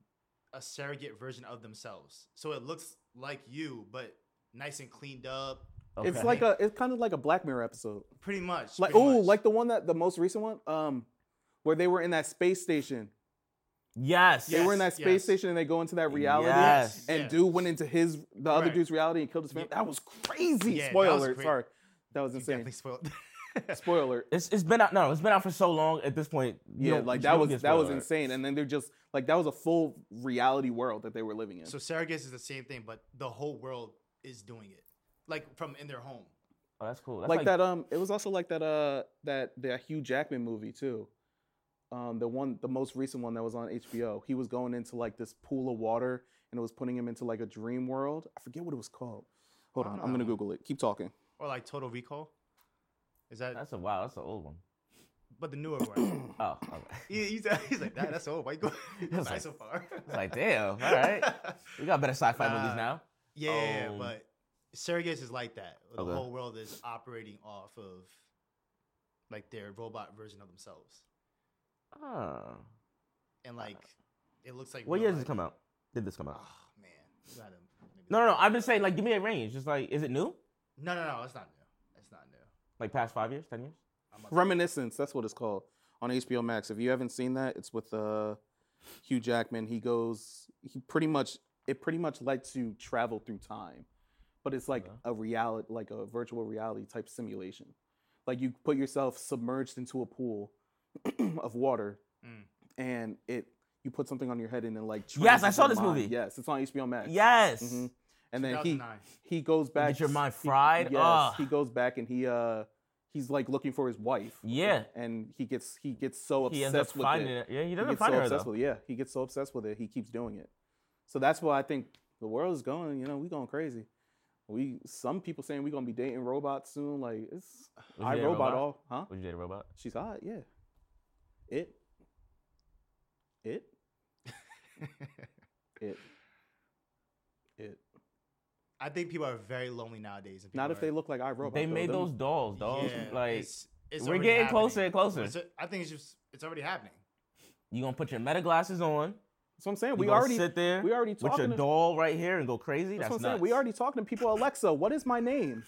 C: a surrogate version of themselves. So it looks like you, but nice and cleaned up.
B: It's
A: Okay.
B: like a, it's kind of like a Black Mirror episode.
C: Pretty much.
B: Like,
C: pretty
B: oh,
C: much.
B: like the one that the most recent one, um, where they were in that space station.
A: yes.
B: They were in that
C: Yes,
B: space
C: yes.
B: station and they go into that reality.
A: Yes.
B: And
C: Yeah.
B: dude went into his the other
C: Right.
B: dude's reality and killed his
C: Yeah.
B: family. That was crazy.
C: Yeah, that
B: Spoiler
C: was
B: alert,
C: cra-
B: Sorry, that was
C: You
B: insane.
C: definitely spoiled.
B: Spoiler. alert.
A: It's, it's been out. No, it's been out for so long. At this point, you
B: Yeah,
A: don't-
B: like
A: you
B: that
A: don't
B: was
A: get
B: that was
A: spoiler.
B: insane. And then they're just like that was a full reality world that they were living in.
C: so surrogates is the same thing, but the whole world is doing it, like from in their home.
A: Oh, that's cool. That's
B: like, that um it was also like that uh that that Hugh Jackman movie too. Um the one the most recent one that was on HBO. He was going into like this pool of water and it was putting him into like a dream world. I forget what it was called. Hold
C: I
B: on,
C: don't
B: I'm
C: know.
B: gonna Google it. Keep talking.
C: Or like Total Recall. Is
B: uh,
C: that
A: That's a wow. That's an old one.
C: but the newer one?
A: Oh, okay.
C: he, he's, he's like that. That's old. Why you go
A: was
C: like,
A: like-
C: so far?
A: It's like damn. All right, we got better sci-fi movies
C: Nah.
A: now.
C: Yeah, yeah, yeah,
A: Um,
C: but surrogates is like that. The
A: Okay.
C: whole world is operating off of like their robot version of themselves,
A: Oh.
C: and like it looks like.
A: Uh-huh. What
C: real
A: year did this
C: life.
A: come out? Did this come out?
C: Oh man, You gotta- maybe
A: No, no,
C: look
A: no.
C: it
A: I'm
C: up.
A: just saying, like, give me a range. Just like, is it new?
C: No, no, no. It's not new. It's not new.
A: Like past five years, ten years?
C: I'm about to-
B: Reminiscence, that's what it's called. On HBO Max. If you haven't seen that, it's with uh Hugh Jackman. He goes he pretty much it pretty much lets you travel through time. but it's like
A: No.
B: a reality, like a virtual reality type simulation. Like you put yourself submerged into a pool of water,
C: Mm.
B: and it you put something on your head and then like
A: Yes,
B: transits
A: I saw
B: your
A: this
B: mind.
A: movie.
B: Yes, it's on HBO Max.
A: Yes.
B: hmm and then he
C: 2009.
B: he goes back.
A: Get your mind
B: he-
A: fried?
B: yes,
A: Ugh.
B: he goes back and he uh he's like looking for his wife.
A: Yeah.
B: and he gets he gets so
A: He ends up
B: obsessed with
A: finding
B: it.
A: it. Yeah, he
B: He
A: doesn't
B: gets
A: find
B: so
A: her
B: obsessed
A: though.
B: with it. Yeah, he gets so obsessed with it. He keeps doing it. So that's why I think the world is going. You know, we going crazy. We some people saying we gonna be dating robots soon. Like it's
A: Would you
B: I
A: date a
B: robot all, huh?
A: Would you date a robot?
B: She's hot. Yeah. It. It. It. It.
C: I think people are very lonely nowadays. and
B: Not
C: people
B: if they
C: are-
B: look like I robot.
A: They
B: though.
A: made
B: Them-
A: those dolls, dolls.
C: Yeah,
A: like
C: it's- it's
A: we're
C: already
A: getting closer and
C: happening.
A: closer.
C: It's- I think it's just it's already happening.
A: you gonna put your meta glasses on.
B: That's what I'm saying.
A: You
B: We
A: gonna
B: already
A: sit there
B: we already
A: with
B: talking.
A: your
B: to-
A: doll right here and go crazy.
B: That's
A: That's,
B: what I'm
A: nuts.
B: saying. We already talking to people. Alexa, what is my name?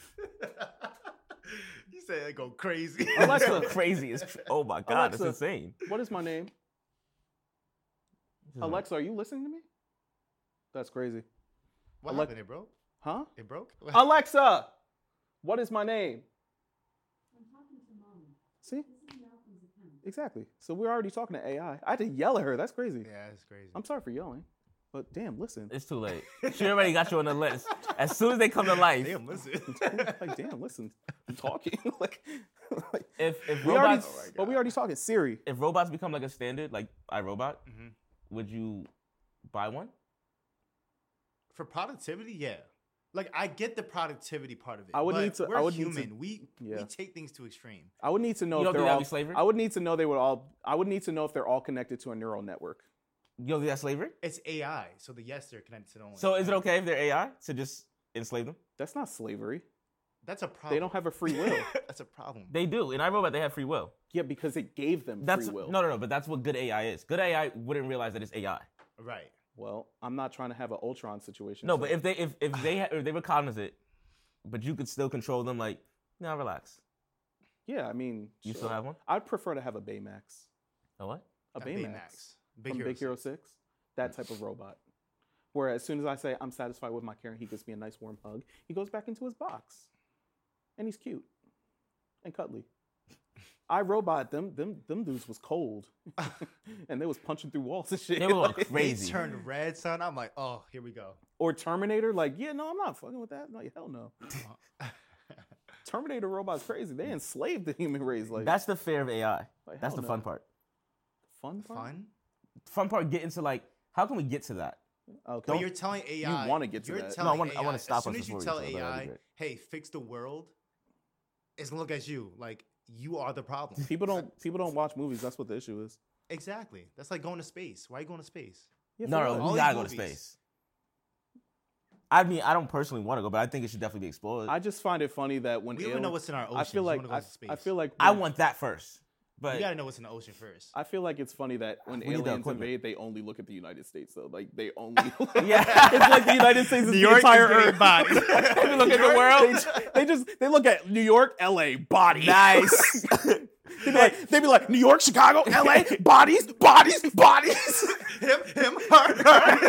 C: you said they go crazy.
B: Alexa.
A: crazy. Is, oh my god, it's
B: Alexa.
A: insane.
B: What is my name? Alexa, are you listening to me? That's crazy.
C: what
B: Alec-
C: happened? It broke.
B: Huh?
C: It broke.
B: Alexa, what is my name?
D: I'm talking to mom.
B: See?
D: This is Malcolm's account.
B: Exactly. So we're already talking to AI. I had to yell at her. That's crazy.
C: yeah, it's crazy.
B: I'm sorry for yelling, but damn, listen.
A: It's too late. She already got you on the list. As soon as they come to life,
C: Damn, listen.
B: like, damn, listen. I'm talking. like, like,
A: if if
B: we already,
A: robots
C: Oh my
B: but we
C: God.
B: already talking. Siri.
A: if robots become like a standard, like iRobot,
C: Mhm.
A: would you buy one?
C: For productivity, yeah. Like I get the productivity part of it.
B: I would
C: but
B: need to- I
C: We're
B: would need to-
C: human. we
B: yeah.
C: we take things to extreme.
B: I would need to know
A: You
B: if
A: don't
B: they're
A: think that'd
B: all.
A: be slavery?
B: I would need to know they would all. I would need to know if they're all connected to a neural network.
A: You don't think that's slavery?
C: It's AI, so the yes they're connected to the only.
A: So is it okay if they're AI to just enslave them?
B: That's not slavery.
C: That's a problem.
B: They don't have a free will.
C: That's a problem.
A: They do. In iRobot, they have free will.
B: yeah, because it gave them
A: That's
B: free will.
A: no, no, no. But that's what good AI is. Good AI wouldn't realize that it's AI.
C: right.
B: Well, I'm not trying to have an Ultron situation.
A: No,
B: so-
A: but if they if if they ha- if they were cognizant, but you could still control them. Like, now relax.
B: yeah, I mean,
A: You still
B: sure.
A: have one?
B: I'd prefer to have a Baymax,
A: A what?
B: a
C: Not
B: Baymax,
C: Big
B: from
C: Hero.
B: Big Hero Six, that
A: Hmm.
B: type of robot. Where as soon as I say I'm satisfied with my care, and he gives me a nice warm hug, he goes back into his box, and he's cute and cuddly. I robot them them them dudes was cold, and they was punching through walls and shit.
A: They were going
B: like-
C: They
A: crazy.
C: turned red, son. I'm like, oh, here we go.
B: or Terminator, like yeah, no, I'm not fucking with that. No, hell no. Terminator robots crazy. They enslaved the human race. Like
A: That's the fear of AI.
B: like,
A: That's
B: hell
A: the
B: no.
A: fun part.
B: Fun part?
C: Fun.
A: Fun part get into like how can we get to that?
B: Okay.
C: But you're telling AI.
B: wanna get to
C: you're
B: that. No, I
C: Telling
A: wanna- I
C: AI,
A: wanna
C: As
A: stop
C: soon
A: us
C: as you
A: before we
C: tell
A: get to that. That'd be
C: AI, hey, fix the world, it's gonna look at you like you are the problem.
B: people don't people don't watch movies. That's what the issue is.
C: exactly. That's like going to space. Why are you going to space?
B: Yeah, for
A: no,
B: real.
A: no,
C: all
A: we
C: these
A: gotta go to
C: movies.
A: space. I mean, I don't personally want to go, but I think it should definitely be explored.
B: I
A: I,
B: just find it funny that when
C: We don't even know
B: alien-
C: what's in our ocean.
B: I feel like I, I feel like when-
A: want that first, but
C: you gotta know what's in the ocean first.
B: I feel like it's funny that when
A: We need the
B: aliens
A: equivalent.
B: invade, they only look at the United States though. Like they only
A: Yeah.
B: it's like the United States is
C: New
B: the
C: York is
B: entire
C: getting
B: Earth.
C: bodied.
B: they look at the world. They, ju- they just they look at New York, LA, body.
A: Nice.
B: they'd, be like, they'd be like New York, Chicago, LA, bodies, bodies, bodies.
C: him, him, her,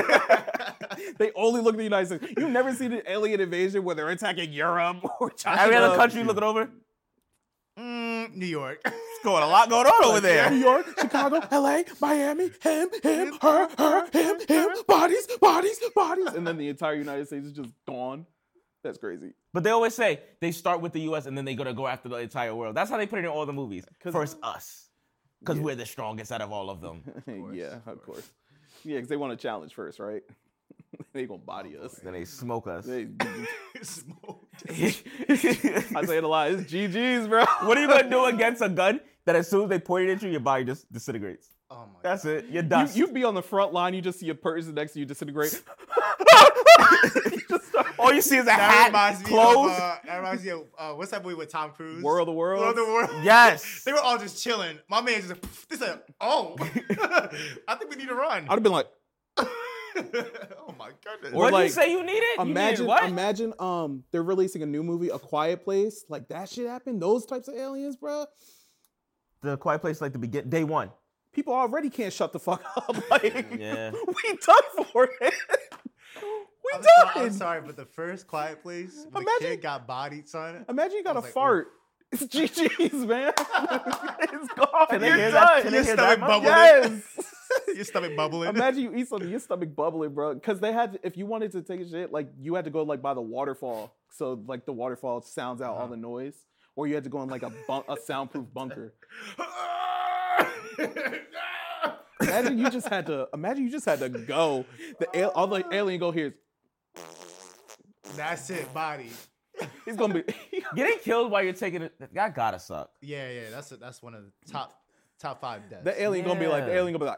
C: her.
B: they only look at the United States. You've never seen an alien invasion where they're attacking Europe or China.
A: every other country looking over.
C: Mm, New York.
A: Going a lot going on over
B: New
A: there.
B: York, Chicago, LA, Miami, him, him, her, her, him, him, bodies, bodies, bodies. And then the entire United States is just gone. That's crazy.
A: But they always say they start with the U.S. and then they gotta go after the entire world. That's how they put it in all the movies.
B: 'Cause-
A: First us, because
B: Yeah.
A: we're the strongest out of all of them.
C: course,
B: yeah,
C: of
B: of
C: course.
B: course. Yeah, because they want to challenge first, right? they gonna body us.
A: then they smoke us.
B: They,
C: Smoked.
B: I say it a lot. It's GG's, bro.
A: What are you gonna do against a gun that as soon as they point it at you, your body just disintegrates?
C: Oh my
A: That's
C: God.
A: it. You're
B: You,
A: dust.
B: you be on the front line, you just see a person next to you disintegrate. You just start-
A: all you see is a
C: That
A: hat,
C: reminds me
A: clothes.
C: of uh, that reminds me of uh, what's that movie with Tom Cruise?
B: World of Worlds.
C: World of Worlds.
A: yes.
C: They were all just chilling. My man just like, "Pff," they said, "Oh, I think we need to run."
B: I'd have been like,
C: oh my goodness!
B: Or
A: What do you
B: like-
A: say you needed? You needed
B: imagine,
A: what?
B: imagine, um, they're releasing a new movie, A Quiet Place. Like that shit happened. Those types of aliens, bro.
A: the quiet place, like the begin day one.
B: People already can't shut the fuck up. Like,
A: Yeah.
B: we done for it. we we
C: I'm, so-
B: talking?
C: I'm sorry, but the first Quiet Place, when the
B: Imagine-
C: kid got bodied, son.
B: Imagine you got
C: I
B: a
C: was like, ooh.
B: fart. It's GG's, man. it's gone.
A: Can I
B: You're
A: hear that?
B: done.
A: Can I
C: Your
A: hear that?
C: stomach bubble?
B: Yes.
C: Your stomach bubbling.
B: Imagine you eat something, your stomach bubbling, bro. Because they had, if you wanted to take a shit, like you had to go like by the waterfall, so like the waterfall sounds out all
C: Uh-huh.
B: the noise, or you had to go in like a bunk, a soundproof bunker. Imagine you just had to. Imagine you just had to go. The al- all the alien go here.
C: That's it, body.
B: He's gonna be.
A: Getting killed while you're taking it, that gotta suck.
C: Yeah, yeah, that's a, that's one of the top top five deaths.
B: the alien gonna be like. The
A: Yeah.
B: alien gonna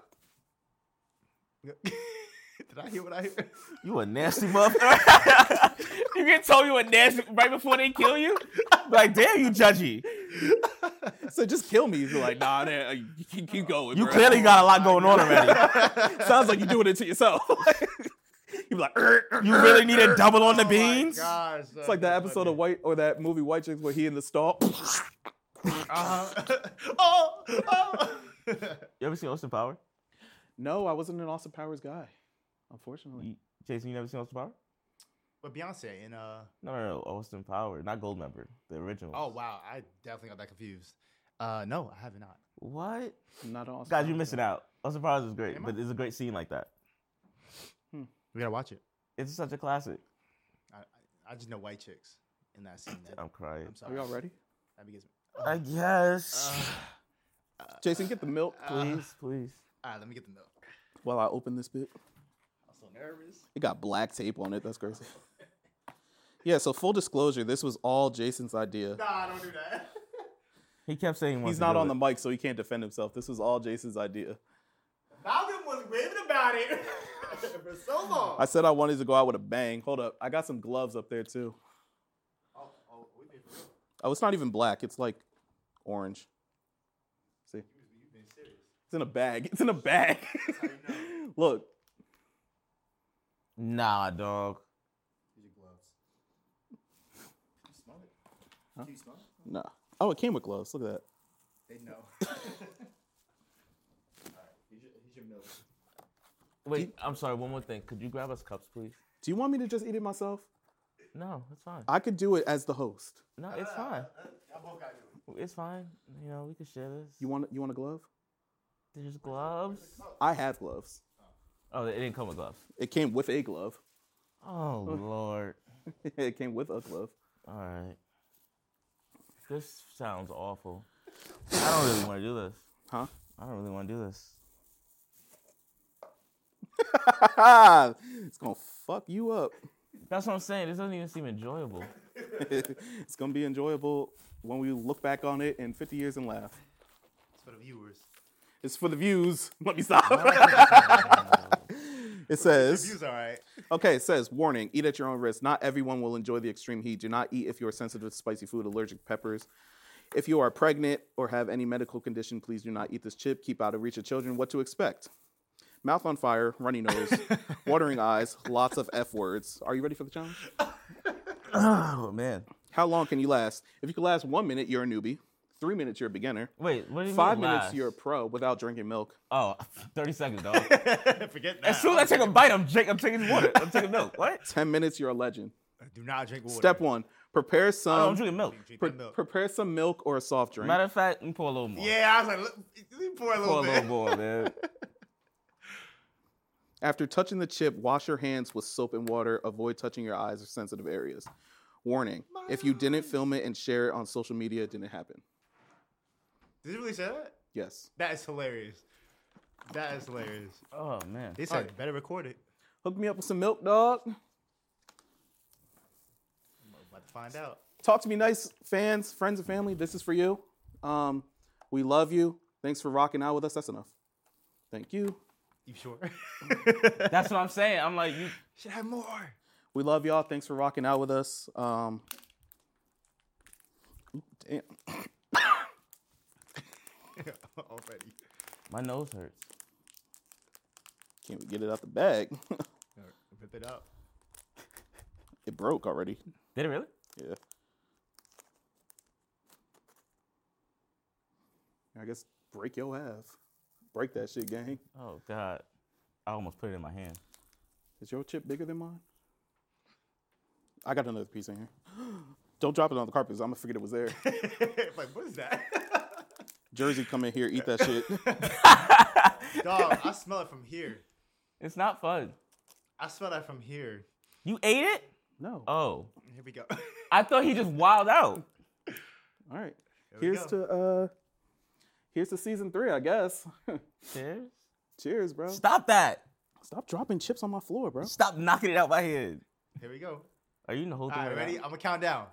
B: be like.
C: Did I hear what I heard?
A: You a nasty motherfucker. you get told you a nasty right before they kill you. Like, damn, you judgy.
B: So just kill me. He's like, nah, nah you keep, keep going.
A: You
B: bro."
A: clearly got a
C: Oh
A: lot going on already.
B: Sounds like you're doing it to yourself. you be like, "Er, er,
A: You
B: er."
A: really need a double on the
C: Oh my
A: beans.
C: gosh,
B: It's like that episode of White or that movie White Chicks where he in the stall.
C: Uh-huh. oh, oh.
A: You ever seen Austin Power?
B: no, I wasn't an Austin Powers guy, unfortunately.
A: You- Jason, you never seen Austin Power?
C: but Beyonce and uh
A: No, no, no. Austin Power, not Goldmember, the original.
C: oh wow, I definitely got that confused. Uh, no, I have not.
A: what?
B: I'm not an Austin. Powers
A: Guys, you're
B: guy.
A: missing out. Austin Powers is great,
C: Am I?
A: but it's a great scene like that.
C: We gotta watch it.
A: It's such a classic.
C: I, I- I just know white chicks in that scene. That,
A: I'm crying.
C: I'm
B: Are
C: sorry.
B: we all ready?
C: That begins.
A: I guess.
B: Uh. Jason, get the milk, please.
A: please, please.
C: all right, let me get the milk.
B: While I open this bit,
C: I'm so nervous.
B: it got black tape on it. That's crazy. Yeah, so full disclosure, this was all Jason's idea.
C: Nah, don't do that.
A: He kept saying he
B: He's
A: wants to
B: not
A: do
B: on
A: it.
B: the mic, so he can't defend himself. This was all Jason's idea.
C: Malcolm was raving about it for so long.
B: I said I wanted to go out with a bang. Hold up, I got some gloves up there too.
C: oh, oh, we've been,
B: Oh, it's not even black. It's like orange. See, it's
C: you've been serious.
B: in a bag. It's in a bag. Look,
A: Nah, dog.
C: Use your gloves. Can you smell it?
B: Huh?
C: Can you smell it?
B: nah. Oh, it came with gloves. Look at that.
C: They know. All right, here's your, here's your milk.
A: Wait, I'm sorry. One more thing. Could you grab us cups, please?
B: Do you want me to just eat it myself?
A: No, it's fine.
B: I could do it as the host.
A: No, it's fine.
C: Y'all both gotta do it.
A: It's fine. You know, we can share this.
B: You want you want a glove?
A: There's gloves.
B: I have gloves.
A: Oh, it didn't come with gloves.
B: It came with a glove.
A: Oh lord.
B: it came with a glove.
A: All right. This sounds awful. I don't really want to do this.
B: Huh?
A: I don't really want to do this.
B: it's gonna fuck you up.
A: That's what I'm saying. This doesn't even seem enjoyable.
B: it's gonna be enjoyable when we look back on it in 50 years and laugh.
C: It's for the viewers.
B: It's for the views. Let me stop.
A: All
B: it says.
C: Views, all right.
B: Okay, it says warning: eat at your own risk. Not everyone will enjoy the extreme heat. Do not eat if you are sensitive to spicy food, allergic to peppers. If you are pregnant or have any medical condition, please do not eat this chip. Keep out of reach of children. What to expect? Mouth on fire, runny nose, watering eyes, lots of f words. Are you ready for the challenge?
A: oh man.
B: How long can you last? If you can last one minute, you're a newbie. Three minutes, you're a beginner.
A: Wait, what do you
B: Five
A: mean
B: minutes,
A: last?
B: you're a pro without drinking milk.
A: Oh, 30 seconds, dog.
C: Forget that.
A: As soon as I take a bite, I'm drink, I'm taking water. I'm taking milk. Um, What?
B: Ten minutes, you're a legend.
C: do not drink water.
B: Step one: prepare
A: I don't
B: some
A: drink Oh, milk.
C: Drink
B: pre-
C: that milk.
B: prepare some milk or a soft drink.
A: Matter of fact, let me pour a little more.
C: yeah, I was like, look, let me pour a little
A: Pour a
C: bit.
A: little more, man.
B: After touching the chip, wash your hands with soap and water. Avoid touching your eyes or sensitive areas. Warning: If you didn't film it and share it on social media, it didn't happen.
C: Did you really say that?
B: Yes.
C: That is hilarious. That is hilarious.
A: Oh man.
C: They said better record it.
B: Hook me up with some milk, dog.
C: I'm about to find out.
B: Talk to me, nice fans, friends, and family. This is for you. Um, we love you. Thanks for rocking out with us. That's enough. Thank you.
C: You sure?
A: That's what I'm saying. I'm like, you
C: Should have more.
B: We love y'all. Thanks for rocking out with us. Um, damn.
C: Already.
A: my nose hurts.
B: Can't we get it out the bag?
C: Alright, Rip it up.
B: it broke already.
A: Did it really?
B: Yeah. I guess break your half. Break that shit, gang.
A: Oh god. I almost put it in my hand.
B: Is your chip bigger than mine? I got another piece in here. Don't drop it on the carpet. 'cause I'm gonna forget it was there.
C: like, what is that?
B: Jersey, come in here, eat that shit.
C: Dog, I smell it from here.
A: It's not fun.
C: I smell that from here.
A: You ate it?
B: No.
A: Oh,
C: Here we go.
A: I thought he just wild out.
B: All right.
C: we
B: Here's
C: go.
B: to uh, here's to season three, I guess.
A: Cheers.
B: Cheers, bro.
A: Stop that.
B: Stop dropping chips on my floor, bro.
A: Stop knocking it out my head.
C: Here we go.
A: Are you in the whole
C: All
A: thing?
C: right,
A: right
C: ready?
A: now?
C: I'm gonna count down.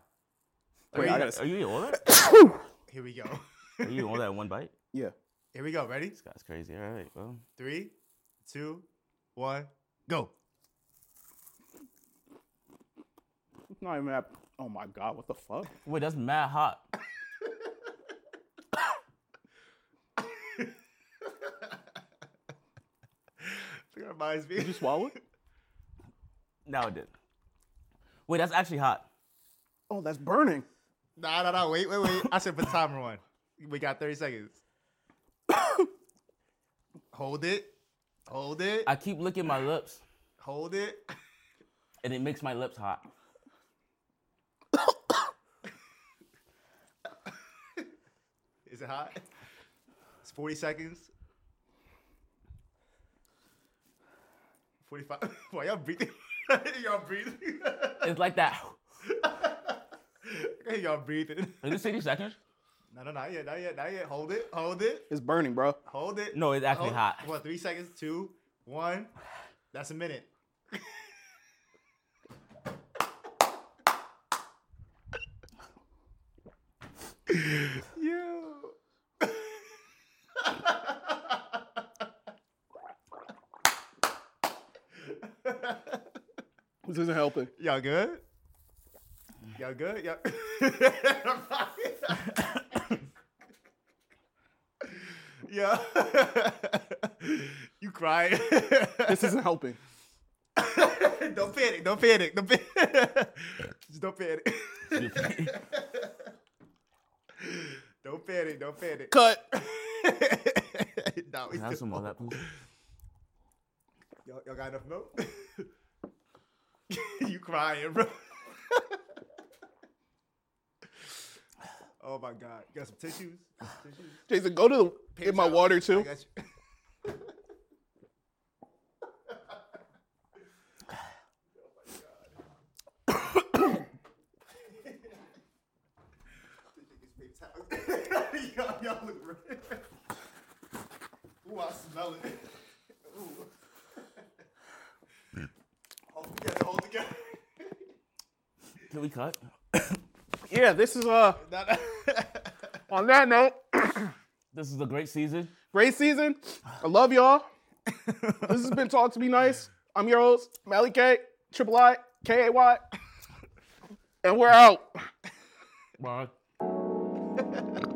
A: Are
B: Wait,
A: you,
B: I gotta-
A: are you eating all that?
C: Here we go.
A: Are you eating all that in one bite?
B: Yeah.
C: Here we go. Ready?
A: This guy's crazy. All right. Well,
C: Three, two, one, go.
B: Not even that. Oh my god, what the fuck?
A: wait, that's mad hot.
C: That reminds me.
B: Did you swallow it?
A: Now it did. Wait, that's actually hot.
B: Oh, that's burning.
C: Nah, nah, nah. Wait, wait, wait. I said put the timer on. We got 30 seconds. Hold it. Hold it.
A: I keep licking my lips,
C: Hold it.
A: and it makes my lips hot.
C: Is it hot? It's 40 seconds. 45. Why y'all breathing? y'all breathing.
A: It's like that.
C: Hey, y'all breathing.
A: Is it 60 seconds?
C: No, no, not yet, not yet, not yet. Hold it. Hold it.
B: It's burning, bro.
C: Hold it.
A: No, it's actually
C: Hold-
A: hot.
C: What, three seconds? Two, one. That's a minute. Yo.
B: This isn't helping.
C: Y'all good? Y'all good? Y'all. Yo. you crying?
B: This isn't helping.
C: don't panic. Don't panic. Don't panic. Just don't panic. don't panic. Don't panic.
B: Cut.
C: no, we
A: Can I have
C: still-
A: some of that, please?
C: Y'all, y'all got enough milk? you crying, bro. oh my god. You got some tissues? tissues?
B: Jason, go to the
C: Paper
B: get my
C: towel.
B: water
C: I
B: too.
C: got you. Oh my God. y'all, y'all look red. Ooh, I smell it. Ooh. hold together, hold together.
A: Can we cut?
B: Yeah, this is uh
C: Nah, nah.
B: on that note,
A: This is a great season.
B: great season. I love y'all. This has been Talk to Be Nice. I'm your host, Mally K, Triple I, K A Y. And we're out.
A: Bye.